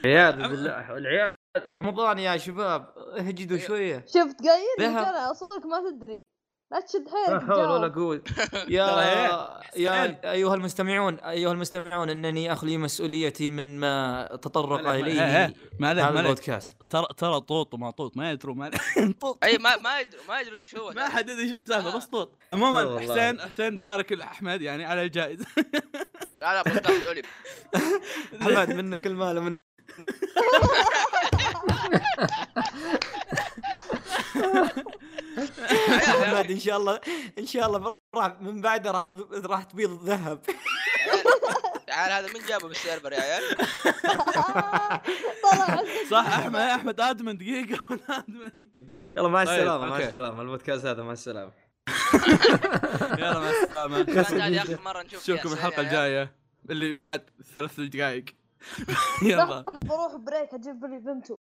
عياذ بالله العياذ رمضان يا شباب اهجدوا
[laughs]
شويه
شفت قايل لك
ذهب.
انا اصورك ما تدري لا تشد
لا
حيلك
حول ولا
تجاوب.
[laughs]
قوه
ترى
يا
إيه، حسين.
يا ايها المستمعون ايها المستمعون انني اخلي مسؤوليتي من ما تطرق
ملك، إيه، إيه،
اليه
مالك
هذا
مالك
البودكاست
ترى ترى طوط وما طوط ما يدروا ما [laughs] طوط
اي ما ما يدري ما يدري شو هو
ما
ترى.
حد يدري ايش السالفه
آه.
بس طوط
لا
عموما
والله.
حسين حسين بارك احمد يعني على الجائزه
لا لا بودكاست اولي
حمد منك كل ماله من حمد ان شاء الله ان شاء الله راح من بعده راح راح تبيض الذهب
تعال هذا من جابه بالسيرفر يا عيال
[laughs] طلع عندك
[laughs] صح احمد يا احمد ادمن دقيقه [laughs] وأنا ادمن
يلا مع
طيب،
السلامه مع
أوكي.
السلامه البودكاست هذا مع السلامه
يلا مع السلامه
الان تعال يا اخر مره نشوف فيها
نشوفكم
حسين
الحلقه
يا عيال.
الجايه اللي بعد ثلاث دقائق [laughs] يلا
بروح بريك اجيب لي بنته